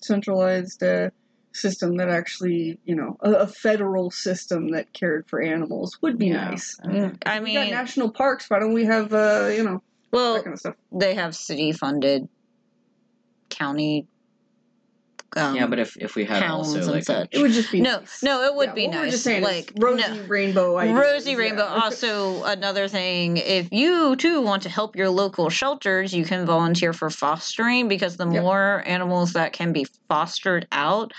Speaker 4: centralized uh, system that actually, you know, a, a federal system that cared for animals would be
Speaker 3: Yeah.
Speaker 4: nice.
Speaker 3: I mean,
Speaker 2: I
Speaker 4: We got
Speaker 2: mean,
Speaker 4: national parks. Why don't we have, uh, you know,
Speaker 2: well,
Speaker 4: that kind of stuff?
Speaker 2: they have city-funded, county. Um,
Speaker 3: yeah, but if, if we had
Speaker 2: hounds
Speaker 3: also
Speaker 2: and
Speaker 3: like a-
Speaker 2: such.
Speaker 4: It would just be
Speaker 2: no,
Speaker 4: nice.
Speaker 2: no, it would
Speaker 4: Yeah,
Speaker 2: be
Speaker 4: what
Speaker 2: nice.
Speaker 4: We're just saying is
Speaker 2: like
Speaker 4: rosy
Speaker 2: no.
Speaker 4: rainbow. Ideas.
Speaker 2: Rosy Rainbow.
Speaker 4: yeah.
Speaker 2: Also, another thing, if you too want to help your local shelters, you can volunteer for fostering because the
Speaker 4: Yep.
Speaker 2: more animals that can be fostered out,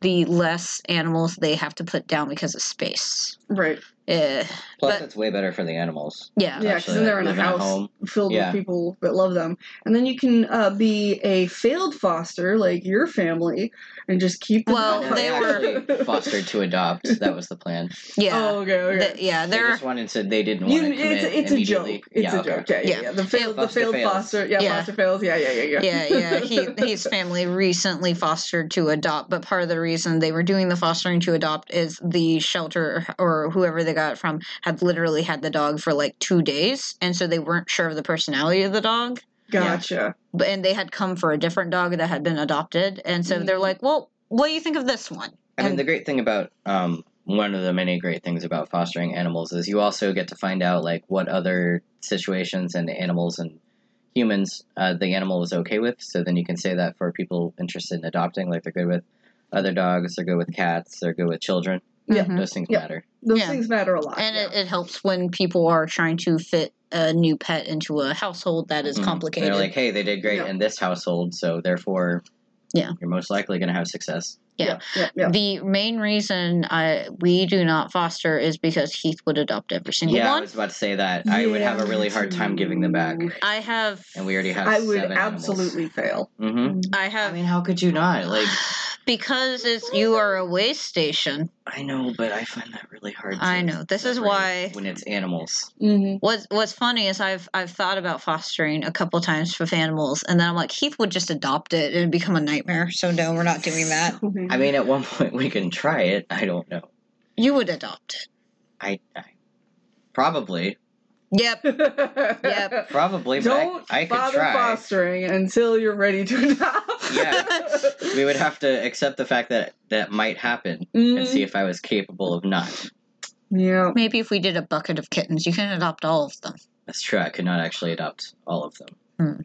Speaker 2: the less animals they have to put down because of space.
Speaker 4: right.
Speaker 2: Eh,
Speaker 3: plus
Speaker 2: but-
Speaker 3: it's way better for the animals.
Speaker 2: yeah.
Speaker 4: Yeah, 'cause
Speaker 3: Actually,
Speaker 4: then
Speaker 3: like,
Speaker 4: they're in a
Speaker 3: live
Speaker 4: house.
Speaker 3: home.
Speaker 4: filled
Speaker 3: Yeah.
Speaker 4: with people that love them. And then you can uh, be a failed foster, like your family, and just keep the
Speaker 2: Well,
Speaker 3: No,
Speaker 4: dog.
Speaker 2: they
Speaker 3: actually fostered to adopt. That was the plan.
Speaker 2: Yeah.
Speaker 4: Oh, okay, okay.
Speaker 2: Th- yeah,
Speaker 3: They
Speaker 2: they're
Speaker 3: just wanted to. They didn't
Speaker 4: You-
Speaker 3: want to commit
Speaker 4: it's it's a joke.
Speaker 3: immediately.
Speaker 4: It's
Speaker 3: yeah,
Speaker 4: a
Speaker 3: okay.
Speaker 4: joke. Yeah, yeah,
Speaker 2: Yeah.
Speaker 4: yeah. The failed, the
Speaker 3: Foster
Speaker 4: failed
Speaker 3: fails.
Speaker 4: foster. Yeah,
Speaker 2: Yeah.
Speaker 4: foster fails. Yeah, yeah, yeah, yeah.
Speaker 2: yeah, yeah. He his family recently fostered to adopt, but part of the reason they were doing the fostering to adopt is the shelter or whoever they got it from had literally had the dog for like two days, and so they weren't sure of the personality of the dog.
Speaker 4: Gotcha.
Speaker 2: But- and they had come for a different dog that had been adopted, and so they're
Speaker 4: Mhm.
Speaker 2: like, "Well, what do you think of this one?"
Speaker 3: I mean,
Speaker 2: And-
Speaker 3: the great thing about um, one of the many great things about fostering animals is you also get to find out like what other situations and animals and humans uh, the animal is okay with. So then you can say that for people interested in adopting, like they're good with other dogs, they're good with cats, they're good with children.
Speaker 4: Yeah.
Speaker 2: Mhm.
Speaker 3: Those things
Speaker 4: Yeah.
Speaker 3: matter.
Speaker 4: Those
Speaker 2: Yeah.
Speaker 4: things matter a lot.
Speaker 2: and
Speaker 4: Uh, yeah.
Speaker 2: it, it helps when people are trying to fit a new pet into a household that is
Speaker 3: Mhm.
Speaker 2: complicated.
Speaker 3: They're like, hey, they did great
Speaker 4: Yeah.
Speaker 3: in this household, so therefore,
Speaker 2: Yeah.
Speaker 3: you're most likely going to have success.
Speaker 2: yeah.
Speaker 4: yeah, yeah.
Speaker 2: The main reason I we do not foster is because Heath would adopt every single
Speaker 3: yeah, I
Speaker 2: one.
Speaker 3: was about to say that. I would
Speaker 4: Yeah,
Speaker 3: have a really hard time giving them back,
Speaker 4: me too.
Speaker 2: I have
Speaker 3: and we already have.
Speaker 4: I would
Speaker 3: seven animals.
Speaker 4: absolutely fail.
Speaker 3: Mhm.
Speaker 2: I have
Speaker 3: I mean, how could you not? Like,
Speaker 2: because it's you are a way station.
Speaker 3: I know, but I find that really hard. To
Speaker 2: I know. This is
Speaker 3: separate
Speaker 2: why-
Speaker 3: when it's animals.
Speaker 4: Mm-hmm.
Speaker 2: What's what's funny is I've I've thought about fostering a couple times with animals and then I'm like Heath would just adopt it and become a nightmare. So no, we're not doing that.
Speaker 4: Mm-hmm.
Speaker 3: I mean, at one point we can try it. I don't know.
Speaker 2: You would adopt it.
Speaker 3: I, I probably,
Speaker 2: Yep.
Speaker 4: yep.
Speaker 3: probably,
Speaker 4: Don't
Speaker 3: but I, I could
Speaker 4: bother
Speaker 3: try.
Speaker 4: fostering until you're ready to adopt.
Speaker 3: Yeah. We would have to accept the fact that that might happen and
Speaker 2: Mm-hmm.
Speaker 4: Mm-hmm.
Speaker 3: see if I was capable of not.
Speaker 4: Yeah.
Speaker 2: Maybe if we did a bucket of kittens, you can adopt all of them.
Speaker 3: That's true. I could not actually adopt all of them.
Speaker 4: Hmm.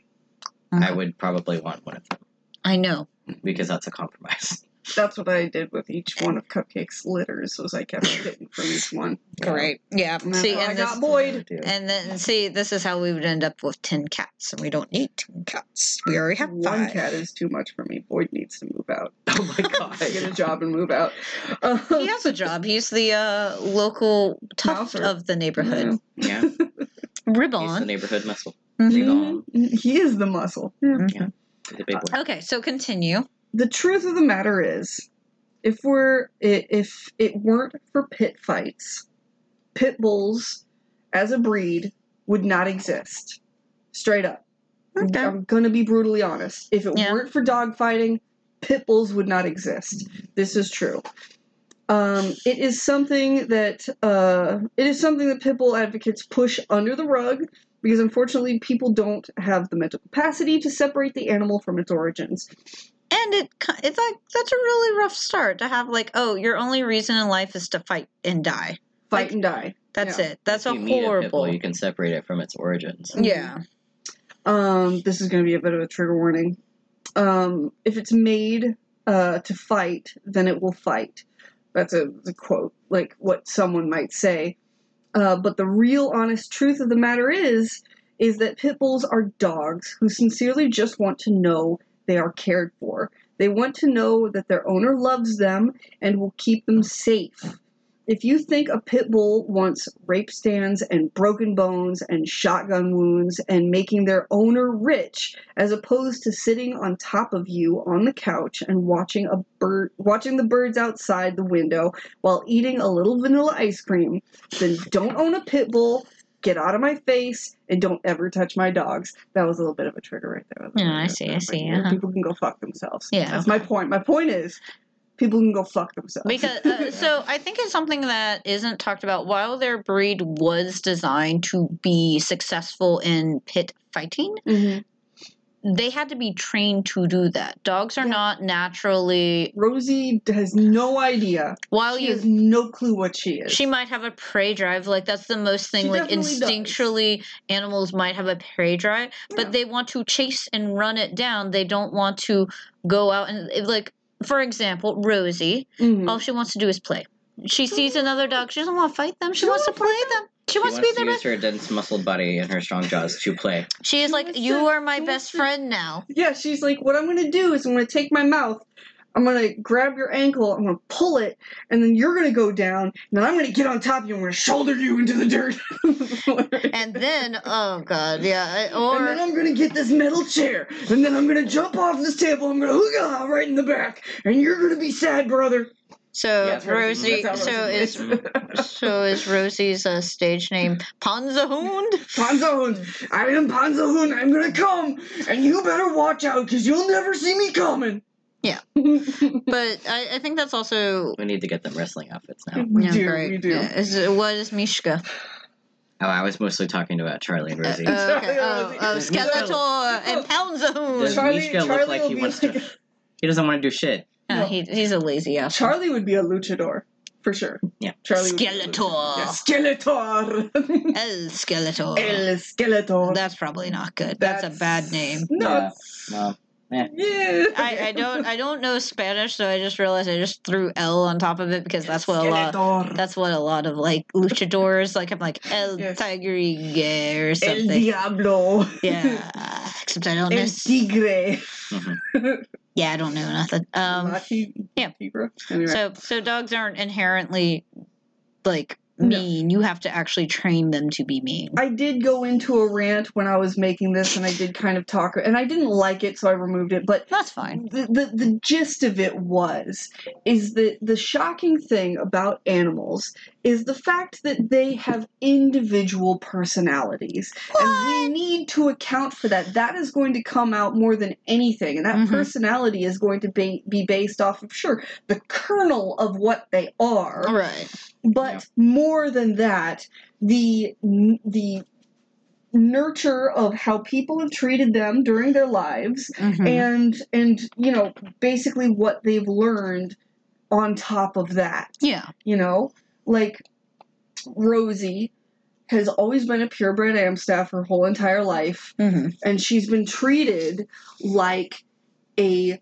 Speaker 3: I would probably want one of them
Speaker 2: I know.
Speaker 3: because that's a compromise.
Speaker 4: That's what I did with each one of Cupcake's litters was I kept getting from each one.
Speaker 2: Great. Yeah.
Speaker 4: And that's
Speaker 2: See,
Speaker 4: how I
Speaker 2: and this
Speaker 4: got Boyd.
Speaker 3: Dude.
Speaker 2: And then see, this is how we would end up with ten cats, and we don't need ten cats. We already have
Speaker 4: One
Speaker 2: five.
Speaker 4: cat is too much for me. Boyd needs to move out.
Speaker 3: Oh my god.
Speaker 4: Get a job and move out. Um,
Speaker 2: He has a job. He's the uh, local tough
Speaker 4: Mouser.
Speaker 2: of the neighborhood.
Speaker 3: yeah. He's the
Speaker 2: Ribbon.
Speaker 3: neighborhood muscle.
Speaker 2: Mhm.
Speaker 4: mhm. He is the muscle. Yeah.
Speaker 2: Mhm.
Speaker 3: The big one.
Speaker 2: Okay, so continue.
Speaker 4: the truth of the matter is, if we're i- if it weren't for pit fights, pit bulls as a breed would not exist. Straight up,
Speaker 2: Okay.
Speaker 4: I'm gonna be brutally honest. If it
Speaker 2: Yeah.
Speaker 4: weren't for dog fighting, pit bulls would not exist. This is true. Um, it is something that uh, it is something that pit bull advocates push under the rug because unfortunately people don't have the mental capacity to separate the animal from its origins.
Speaker 2: And it ki- it's like that's a really rough start to have like, oh, your only reason in life is to fight and die.
Speaker 4: Fight
Speaker 2: Like-
Speaker 4: and die.
Speaker 2: That's
Speaker 4: Yeah.
Speaker 2: it. That's
Speaker 3: if
Speaker 2: a
Speaker 3: you meet a pit
Speaker 2: horrible.
Speaker 3: bull, you can separate it from its origins.
Speaker 4: can-
Speaker 2: yeah.
Speaker 4: Um, this is going to be a bit of a trigger warning. Um, if it's made uh, to fight, then it will fight. That's a, a quote, like what someone might say. Uh, but the real honest truth of the matter is, is that pit bulls are dogs who sincerely just want to know they are cared for. They want to know that their owner loves them and will keep them safe. If you think a pit bull wants rape stands and broken bones and shotgun wounds and making their owner rich, as opposed to sitting on top of you on the couch and watching a bird watching the birds outside the window while eating a little vanilla ice cream, then don't own a pit bull. Get out of my face and don't ever touch my dogs. That was a little bit of a trigger right there.
Speaker 2: Yeah, I see, I see, uh-huh.
Speaker 4: People can go fuck themselves.
Speaker 2: Yeah.
Speaker 4: That's my point. My point is people can go fuck themselves.
Speaker 2: because uh, so i think it's something that isn't talked about while their breed was designed to be successful in pit fighting
Speaker 4: Mhm.
Speaker 2: they had to be trained to do that dogs are
Speaker 4: Yeah.
Speaker 2: not naturally
Speaker 4: Rosie has no idea.
Speaker 2: while
Speaker 4: she
Speaker 2: you
Speaker 4: has no clue what she is.
Speaker 2: she might have a prey drive like that's the most thing
Speaker 4: She
Speaker 2: like
Speaker 4: definitely does.
Speaker 2: instinctually animals might have a prey drive
Speaker 4: Yeah.
Speaker 2: but they want to chase and run it down they don't want to go out and like for example rosie
Speaker 4: Mhm.
Speaker 2: All she wants to do is play. She sees another dog. She doesn't want to fight them. She,
Speaker 4: She
Speaker 2: wants to
Speaker 4: don't
Speaker 2: play them. She wants to be
Speaker 3: to
Speaker 2: their
Speaker 3: use
Speaker 2: best.
Speaker 3: her dense muscled body and her strong jaws to play.
Speaker 2: She is
Speaker 4: She
Speaker 2: like,
Speaker 4: wants
Speaker 2: you
Speaker 4: to-
Speaker 2: are my
Speaker 4: she wants
Speaker 2: best
Speaker 4: to-
Speaker 2: friend now.
Speaker 4: Yeah, she's like, what I'm gonna do is I'm gonna take my mouth, I'm gonna grab your ankle, I'm gonna pull it, and then you're gonna go down, and then I'm gonna get on top of you, and I'm gonna shoulder you into the dirt. and
Speaker 2: And then, oh god, yeah, I-
Speaker 4: then
Speaker 2: or
Speaker 4: I'm gonna get this metal chair, and then I'm gonna jump off this table, I'm gonna hookah right in the back, and you're gonna be sad, brother.
Speaker 2: so
Speaker 4: Yeah, it's
Speaker 2: Rosie.
Speaker 4: Rosie. That's how
Speaker 2: so
Speaker 4: Rosie
Speaker 2: is so is Rosie's uh, stage name Panzerhund?
Speaker 4: Panzerhund, I am Panzerhund, I'm gonna come, and you better watch out, because you'll never see me coming.
Speaker 2: Yeah. But I, I think that's also.
Speaker 3: We need to get them wrestling outfits now.
Speaker 4: we
Speaker 2: Oh, yeah,
Speaker 4: do,
Speaker 2: right.
Speaker 4: we do.
Speaker 2: Yeah, is it- what is Mishka?
Speaker 3: Oh, I was mostly talking about Charlie and
Speaker 2: Uh,
Speaker 3: Rosie.
Speaker 2: okay. Oh, oh,
Speaker 4: Rosie.
Speaker 2: Skeletor and
Speaker 3: Does
Speaker 2: Panzerhund.
Speaker 4: Charlie-
Speaker 3: Mishka
Speaker 4: Charlie
Speaker 3: look like
Speaker 4: will
Speaker 3: he
Speaker 4: be
Speaker 3: wants
Speaker 4: like-
Speaker 3: to? He doesn't want to do shit.
Speaker 2: Oh, he, he's a lazy ass.
Speaker 4: Charlie would be a luchador for sure.
Speaker 3: Yeah.
Speaker 4: Charlie. would be a
Speaker 2: Skeletor.
Speaker 4: luchador. Yeah, Skeletor.
Speaker 2: El Skeletor.
Speaker 4: El Skeletor.
Speaker 2: That's probably not good. That's, a bad name.
Speaker 4: No.
Speaker 3: Yeah.
Speaker 4: it's-
Speaker 3: Well,
Speaker 4: Yeah.
Speaker 2: I, I don't I don't know Spanish, so I just realized I just threw L on top of it because that's what a lot
Speaker 4: Skeletor.
Speaker 2: that's what a lot of like luchadors like I'm like El
Speaker 4: Yes.
Speaker 2: Tigrigue or
Speaker 4: El
Speaker 2: something.
Speaker 4: Diablo.
Speaker 2: yeah. Except I don't know
Speaker 4: El
Speaker 2: s-
Speaker 4: Tigre.
Speaker 2: Yeah, I don't know nothing. Um
Speaker 4: La ti-
Speaker 2: yeah.
Speaker 4: Tigre. Anyway.
Speaker 2: so so dogs aren't inherently like
Speaker 4: No.
Speaker 2: mean. You have to actually train them to be mean.
Speaker 4: I did go into a rant when I was making this, and I did kind of talk, and I didn't like it, so I removed it. But
Speaker 2: That's fine.
Speaker 4: the, the the gist of it was is that the shocking thing about animals is the fact that they have individual personalities and we need to account for that that is going to come out more than anything and that
Speaker 2: Mhm.
Speaker 4: personality is going to be, be based off of sure the kernel of what they are
Speaker 2: All right.
Speaker 4: but
Speaker 3: Yeah.
Speaker 4: more than that the the nurture of how people have treated them during their lives
Speaker 2: Mhm.
Speaker 4: and and you know basically what they've learned on top of that
Speaker 2: Yeah.
Speaker 4: you know like rosie has always been a purebred amstaff her whole entire life
Speaker 2: hmm
Speaker 4: and she's been treated like a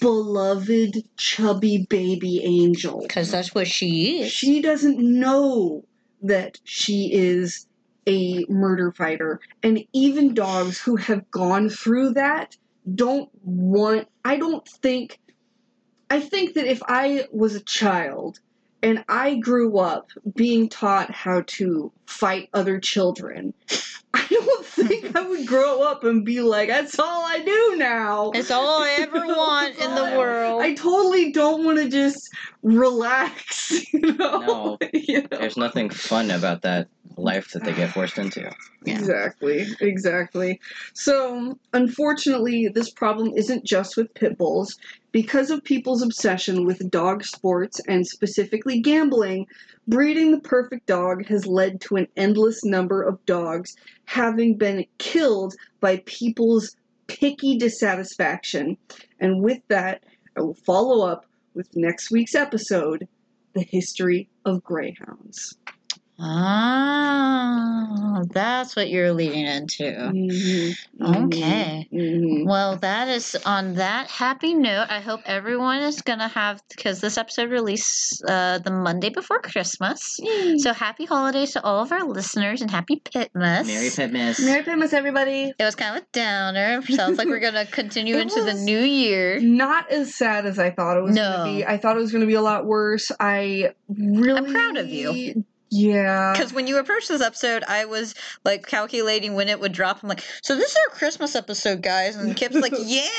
Speaker 4: beloved chubby baby angel
Speaker 2: Because that's what she is.
Speaker 4: she doesn't know that she is a murder fighter. And even dogs who have gone through that don't want, I don't think, I think that if I was a child and I grew up being taught how to fight other children, I don't think I would grow up and be like, that's all I do now.
Speaker 2: It's all I ever want in the world.
Speaker 4: I totally don't want to just relax, you know?
Speaker 3: No.
Speaker 4: You know?
Speaker 3: there's nothing fun about that life that they get forced into.
Speaker 2: Yeah.
Speaker 4: Exactly, exactly. So, unfortunately, this problem isn't just with pit bulls. Because of people's obsession with dog sports and specifically gambling, breeding the perfect dog has led to an endless number of dogs having been killed by people's picky dissatisfaction. And with that, I will follow up with next week's episode The History of Greyhounds.
Speaker 2: Ah, that's what you're leading into.
Speaker 4: Mhm, mhm,
Speaker 2: Okay.
Speaker 4: mhm.
Speaker 2: Well, that is on that happy note. I hope everyone is going to have, because this episode released uh, the Monday before Christmas. So happy holidays to all of our listeners and happy Pitmas.
Speaker 3: Mary Pitmas.
Speaker 4: Merry Christmas, everybody.
Speaker 2: It was kind of a downer. Sounds like we're going to continue
Speaker 4: It
Speaker 2: into the
Speaker 4: was-
Speaker 2: new year.
Speaker 4: Not as sad as I thought it was
Speaker 2: No.
Speaker 4: going to be. I thought it was going to be a lot worse. I really.
Speaker 2: proud of you.
Speaker 4: Yeah.
Speaker 2: Because when you approached this episode, I was like calculating when it would drop. I'm like, so this is our Christmas episode, guys. And Kip's like, yeah.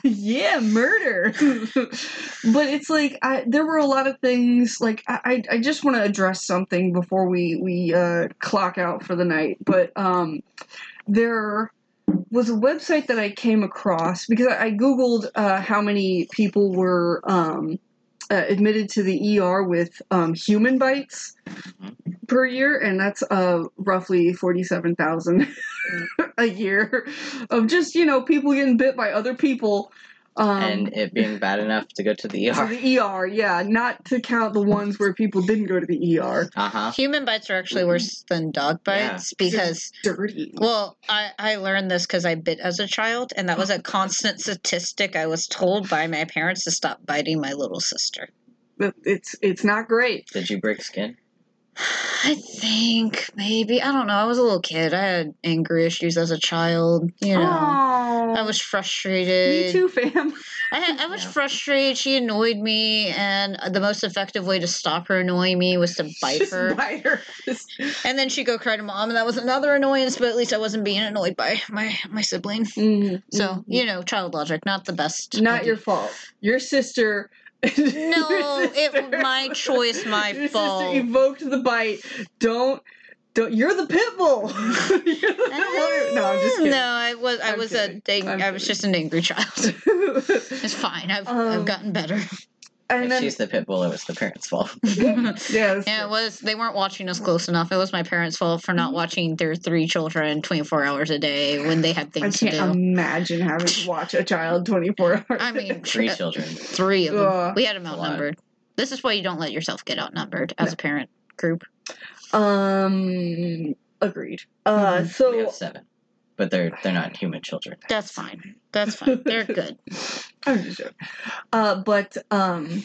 Speaker 4: Yeah, murder. but it's like I, there were a lot of things. Like I, I I just want to address something before we we uh, clock out for the night. But um, there was a website that I came across because I, I googled uh, how many people were um, uh, admitted to the ER with um, human bites per year, and that's uh, roughly forty-seven thousand a year of just you know people getting bit by other people. Um,
Speaker 3: and it being bad enough to go to the
Speaker 4: to
Speaker 3: ER.
Speaker 4: the ER, yeah, not to count the ones where people didn't go to the ER.
Speaker 3: Uh huh.
Speaker 2: Human bites are actually worse
Speaker 4: Mm-hmm.
Speaker 2: than dog
Speaker 3: Yeah.
Speaker 2: bites because,
Speaker 4: Dirty.
Speaker 2: well, I, I learned this because I bit as a child, and that was a constant statistic I was told by my parents to stop biting my little sister.
Speaker 4: But It's it's not great.
Speaker 3: Did you break skin?
Speaker 2: I think maybe, I don't know. I was a little kid. I had anger issues as a child, you know.
Speaker 4: Aw.
Speaker 2: I was frustrated.
Speaker 4: me too, fam.
Speaker 2: I, had, I was
Speaker 3: Yeah.
Speaker 2: frustrated. She annoyed me, and the most effective way to stop her annoying me was to bite
Speaker 4: Just
Speaker 2: her.
Speaker 4: bite her. Just-
Speaker 2: And then she'd go cry to mom, and that was another annoyance. But at least I wasn't being annoyed by my my sibling.
Speaker 4: Mm,
Speaker 2: So
Speaker 4: mm.
Speaker 2: you know, child logic, not the best.
Speaker 4: not
Speaker 2: idea.
Speaker 4: your fault. Your sister. No,
Speaker 2: No, it my choice, my
Speaker 4: your
Speaker 2: fault.
Speaker 4: sister evoked the bite. Don't. Don't. You're the pit bull. You're the pit bull. No, I'm just kidding.
Speaker 2: Eh, No, I was I
Speaker 4: I'm
Speaker 2: was
Speaker 4: kidding.
Speaker 2: a dang,
Speaker 4: I'm
Speaker 2: I was
Speaker 4: kidding.
Speaker 2: just an angry child. It's fine. I've I've
Speaker 4: Um,
Speaker 2: gotten better.
Speaker 4: and
Speaker 3: If
Speaker 4: then
Speaker 3: she's the pit bull, it was the parents' fault.
Speaker 4: yeah, that's
Speaker 2: Yeah,
Speaker 4: true.
Speaker 2: it was. They weren't watching us close enough. It was my parents' fault for not watching their three children 24 hours a day when they had
Speaker 4: I
Speaker 2: things to
Speaker 4: can't
Speaker 2: do.
Speaker 4: imagine having to watch a child 24 hours.
Speaker 2: I mean,
Speaker 3: Three
Speaker 2: shit,
Speaker 3: children.
Speaker 2: three of them.
Speaker 4: Ugh.
Speaker 2: we had them
Speaker 3: That's a
Speaker 2: outnumbered. This is why you don't let yourself get outnumbered as a parent group.
Speaker 4: Um, agreed. Uh,
Speaker 2: Mhm.
Speaker 4: so
Speaker 3: We have seven, but they're they're not human children.
Speaker 2: That's fine. That's fine. They're good.
Speaker 4: I'm just joking. Uh, but um,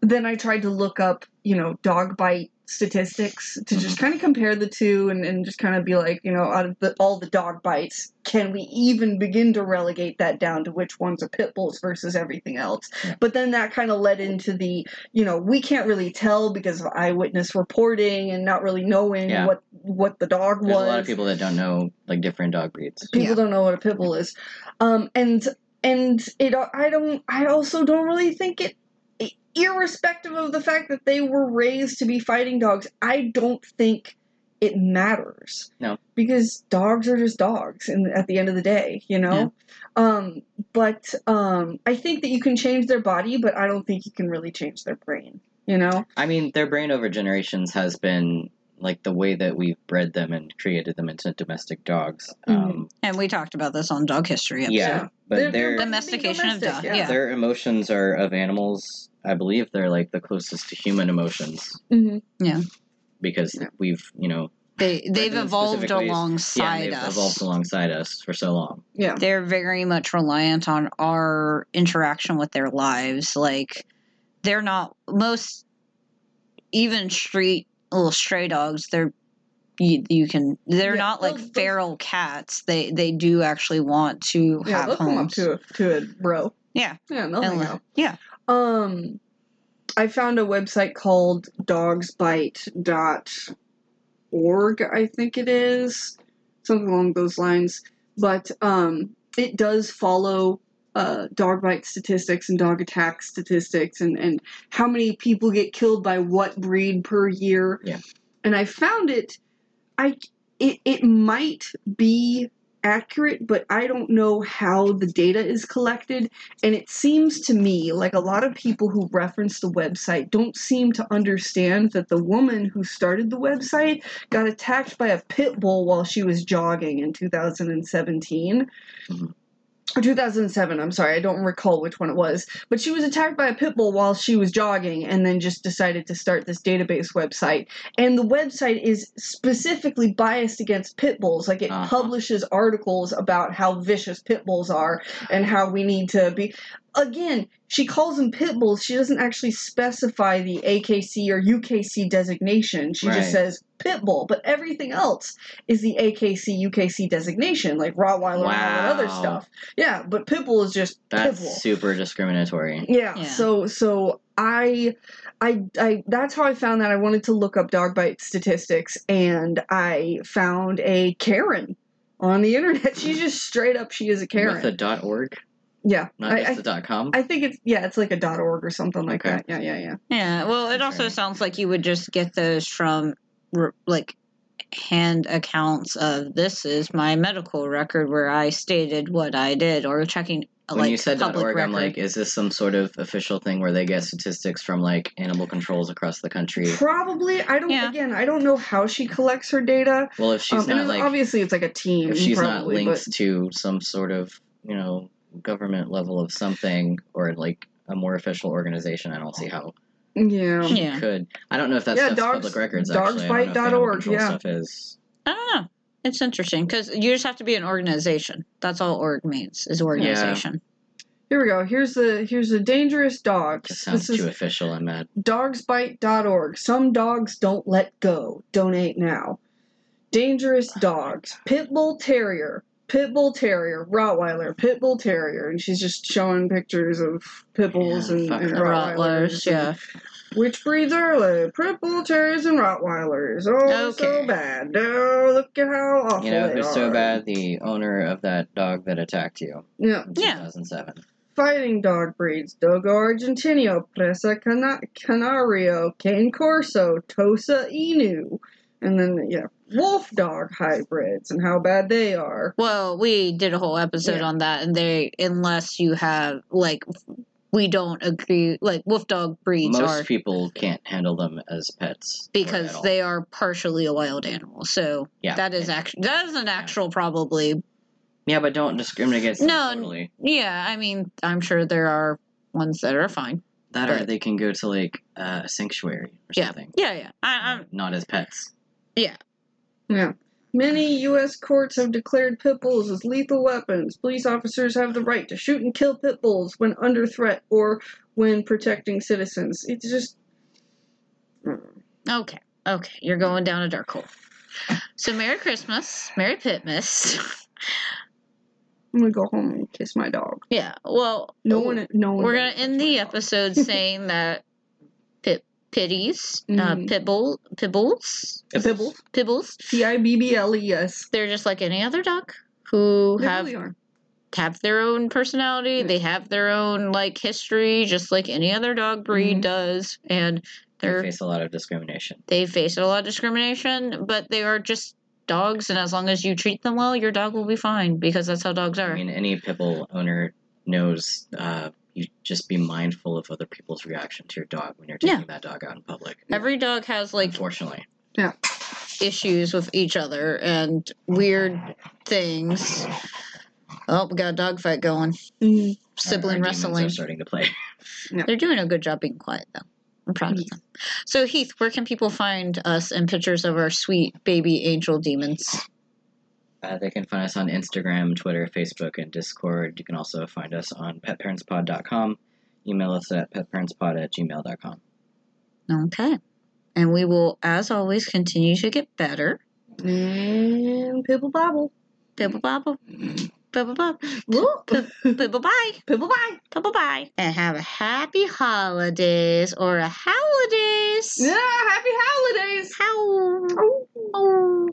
Speaker 4: then I tried to look up, you know, dog bite statistics to just
Speaker 3: Mm-hmm.
Speaker 4: kind of compare the two and, and just kind of be like, you know, out of the, all the dog bites, can we even begin to relegate that down to which ones are pit bulls versus everything else?
Speaker 3: Yeah.
Speaker 4: But then that kind of led into the, you know, we can't really tell because of eyewitness reporting and not really knowing
Speaker 3: Yeah.
Speaker 4: what what the dog
Speaker 3: There's
Speaker 4: was
Speaker 3: a lot of people that don't know like different dog breeds.
Speaker 4: people
Speaker 2: Yeah.
Speaker 4: don't know what a pit bull is um and and it i don't i also don't really think it irrespective of the fact that they were raised to be fighting dogs i don't think it matters
Speaker 3: No.
Speaker 4: because dogs are just dogs and at the end of the day you know um but um i think that you can change their body but i don't think you can really change their brain you know
Speaker 3: I mean, their brain over generations has been like the way that we've bred them and created them into domestic dogs. Um,
Speaker 2: And we talked about this on Dog History. Episode.
Speaker 3: yeah,
Speaker 4: Mm-hmm.
Speaker 3: but
Speaker 4: They're- they're bred
Speaker 3: they're,
Speaker 4: to be
Speaker 2: Domestication of
Speaker 4: domestic,
Speaker 2: dog, yeah.
Speaker 3: their emotions are of animals. I believe they're like the closest to human emotions
Speaker 4: Mhm.
Speaker 3: because
Speaker 4: Yeah.
Speaker 3: we've you know
Speaker 2: They they've
Speaker 3: them in
Speaker 2: evolved
Speaker 3: specific ways. yeah
Speaker 2: alongside
Speaker 3: they've
Speaker 2: us.
Speaker 3: evolved alongside us for so long.
Speaker 4: yeah
Speaker 2: they're very much reliant on our interaction with their lives. Like they're not most even street little stray dogs. They're you, you can they're
Speaker 4: Yeah,
Speaker 2: not like
Speaker 4: those- those-
Speaker 2: feral cats. They they do actually want to
Speaker 4: yeah
Speaker 2: have
Speaker 4: they'll come up
Speaker 2: homes.
Speaker 4: to a to a bro
Speaker 2: Yeah.
Speaker 4: yeah they'll
Speaker 2: And
Speaker 4: hang
Speaker 2: li-
Speaker 4: out.
Speaker 2: yeah.
Speaker 4: Um, I found a website called dogsbite.org, I think it is, something along those lines. But um, it does follow uh, dog bite statistics and dog attack statistics and, and how many people get killed by what breed per year.
Speaker 3: Yeah.
Speaker 4: And I found it, I it, it might be accurate, but I don't know how the data is collected. And it seems to me like a lot of people who reference the website don't seem to understand that the woman who started the website got attacked by a pit bull while she was jogging in 2017.
Speaker 3: Mhm.
Speaker 4: or 2007, I'm sorry, I don't recall which one it was, but she was attacked by a pit bull while she was jogging and then just decided to start this database website. And the website is specifically biased against pit bulls. Like it
Speaker 3: Uh-huh.
Speaker 4: publishes articles about how vicious pit bulls are and how we need to be. Again, she calls them pit bulls. She doesn't actually specify the AKC or UKC designation. She
Speaker 3: Right.
Speaker 4: just says pit bull, but everything else is the AKC UKC designation, like Rottweiler and all that other
Speaker 3: Wow.
Speaker 4: stuff. Yeah, but Pitbull is just
Speaker 3: That's
Speaker 4: Pitbull.
Speaker 3: super discriminatory.
Speaker 4: Yeah,
Speaker 2: Yeah.
Speaker 4: So so I I I that's how I found that I wanted to look up dog bite statistics and I found a Karen on the internet. She's just straight up she is a
Speaker 3: With
Speaker 4: Karen.
Speaker 3: a dot org,
Speaker 4: yeah.
Speaker 3: not
Speaker 4: I,
Speaker 3: just
Speaker 4: I
Speaker 3: a dot com.
Speaker 4: I think it's yeah, it's like a dot org or something like
Speaker 3: Okay.
Speaker 4: that. Yeah, yeah, yeah.
Speaker 2: Yeah, well, it
Speaker 3: That's
Speaker 2: also
Speaker 3: right.
Speaker 2: sounds like you would just get those from r- like hand accounts of this is my medical record where I stated what I did or checking uh,
Speaker 3: when
Speaker 2: like
Speaker 3: you said dot
Speaker 2: public
Speaker 3: .org,
Speaker 2: record.
Speaker 3: I'm like, is this some sort of official thing where they get statistics from like animal controls across the country?
Speaker 4: Probably I don't
Speaker 2: Yeah.
Speaker 4: again, I don't know how she collects her data.
Speaker 3: Well, if she's
Speaker 4: um,
Speaker 3: not
Speaker 4: and
Speaker 3: like,
Speaker 4: obviously it's like a team.
Speaker 3: if she's not
Speaker 4: probably,
Speaker 3: linked to some sort of you know government level of something or like a more official organization, I don't see how
Speaker 4: but, Um, yeah.
Speaker 3: she
Speaker 2: Yeah.
Speaker 3: could. I don't know if that's
Speaker 4: Yeah,
Speaker 3: stuff's
Speaker 4: dogs-
Speaker 3: public records. actually, I don't know if the animal
Speaker 4: dogsbite.org,
Speaker 3: control
Speaker 4: yeah.
Speaker 3: stuff is.
Speaker 2: I don't know. Ah, It's interesting because you just have to be an organization. That's all org means is organization.
Speaker 4: Here we go. Here's the here's the dangerous dogs.
Speaker 3: Just sounds too official. I'm mad.
Speaker 4: dogsbite.org. Some dogs don't let go. Donate now. Dangerous
Speaker 3: Oh
Speaker 4: dogs. Pitbull terrier. Pitbull terrier. Rottweiler. Pitbull terrier. And she's just showing pictures of pitbulls
Speaker 3: Yeah,
Speaker 4: and,
Speaker 3: fuck
Speaker 4: and
Speaker 3: her.
Speaker 2: Rottweilers,
Speaker 4: Rottweilers.
Speaker 2: yeah.
Speaker 4: Which breeds are they? Pitbull terriers and Rottweilers. Oh, so
Speaker 2: Okay.
Speaker 4: bad. Oh, look at how awful
Speaker 3: You know,
Speaker 4: they
Speaker 3: they're so
Speaker 4: are.
Speaker 3: bad. The owner of that dog that attacked you
Speaker 4: Yeah.
Speaker 3: in
Speaker 2: Yeah.
Speaker 3: 2007.
Speaker 4: Fighting dog breeds Dogo Argentino, Presa Cana- Canario, Cane Corso, Tosa Inu. And then, yeah, wolf dog hybrids and how bad they are.
Speaker 2: Well, we did a whole episode
Speaker 4: Yeah.
Speaker 2: on that, and they unless you have like we don't agree like wolf dog breeds
Speaker 3: Most
Speaker 2: are
Speaker 3: people can't handle them as pets or at
Speaker 2: because
Speaker 3: all.
Speaker 2: they are partially a wild animal. So
Speaker 3: Yeah.
Speaker 2: that is actually that is an actual probably.
Speaker 3: Yeah, but don't discriminate against them
Speaker 2: No,
Speaker 3: totally.
Speaker 2: Yeah, I mean, I'm sure there are ones that are fine.
Speaker 3: That or
Speaker 2: but-
Speaker 3: they can go to like a sanctuary or something.
Speaker 2: Yeah, yeah. I, I'm
Speaker 3: Not as pets.
Speaker 4: Yeah. Many U.S. courts have declared pit bulls as lethal weapons. Police officers have the right to shoot and kill pit bulls when under threat or when protecting citizens. It's just.
Speaker 2: okay. Okay, you're going down a dark hole. So Merry Christmas, Merry Pitmas.
Speaker 4: I'm gonna go home and kiss my dog.
Speaker 2: yeah. Well,
Speaker 4: No one, no one.
Speaker 2: Oh, We're gonna
Speaker 4: knows that's
Speaker 2: end
Speaker 4: my
Speaker 2: the
Speaker 4: dog.
Speaker 2: episode saying that pit pitties, uh,
Speaker 4: Mhm.
Speaker 2: pitbull, pibbles,
Speaker 4: Pibbles.
Speaker 2: pibbles.
Speaker 4: P i b b l e s.
Speaker 2: They're just like any other duck who
Speaker 4: They
Speaker 2: have
Speaker 4: really are.
Speaker 2: have their own personality. They have their own like history, just like any other dog breed
Speaker 4: Mhm.
Speaker 2: does, and
Speaker 3: They
Speaker 2: they're
Speaker 3: face a lot of discrimination.
Speaker 2: they face a lot of discrimination, but they are just dogs, and as long as you treat them well, your dog will be fine because that's how dogs
Speaker 3: I
Speaker 2: are.
Speaker 3: mean, any pitbull owner knows uh, you just be mindful of other people's reaction to your dog when you're taking
Speaker 2: Yeah.
Speaker 3: that dog out in public.
Speaker 2: Every dog has like
Speaker 3: Unfortunately, Uh,
Speaker 2: issues with each other and weird things. Oh, we got a dog fight going.
Speaker 4: Mhm.
Speaker 3: Our- our
Speaker 2: Sibling
Speaker 3: demons
Speaker 2: wrestling.
Speaker 3: are starting to play.
Speaker 2: They're doing a good job being quiet, though. I'm proud
Speaker 3: Mm-hmm.
Speaker 2: of them. So, Heath, where can people find us and pictures of our sweet baby angel demons?
Speaker 3: Uh, they can find us on Instagram, Twitter, Facebook, and Discord. You can also find us on petparentspod.com. Email us at petparentspod at gmail.com.
Speaker 2: Okay. And we will, as always, continue to get better.
Speaker 4: And Pibble Bobble.
Speaker 2: Bibble bobble. Bibble bob.
Speaker 4: Whoop.
Speaker 2: Bibble bye.
Speaker 4: Pibble Bye.
Speaker 2: Bibble bye. And have a happy holidays or a holidays.
Speaker 4: Yeah, happy holidays.
Speaker 2: How?
Speaker 4: Oh.
Speaker 2: Oh.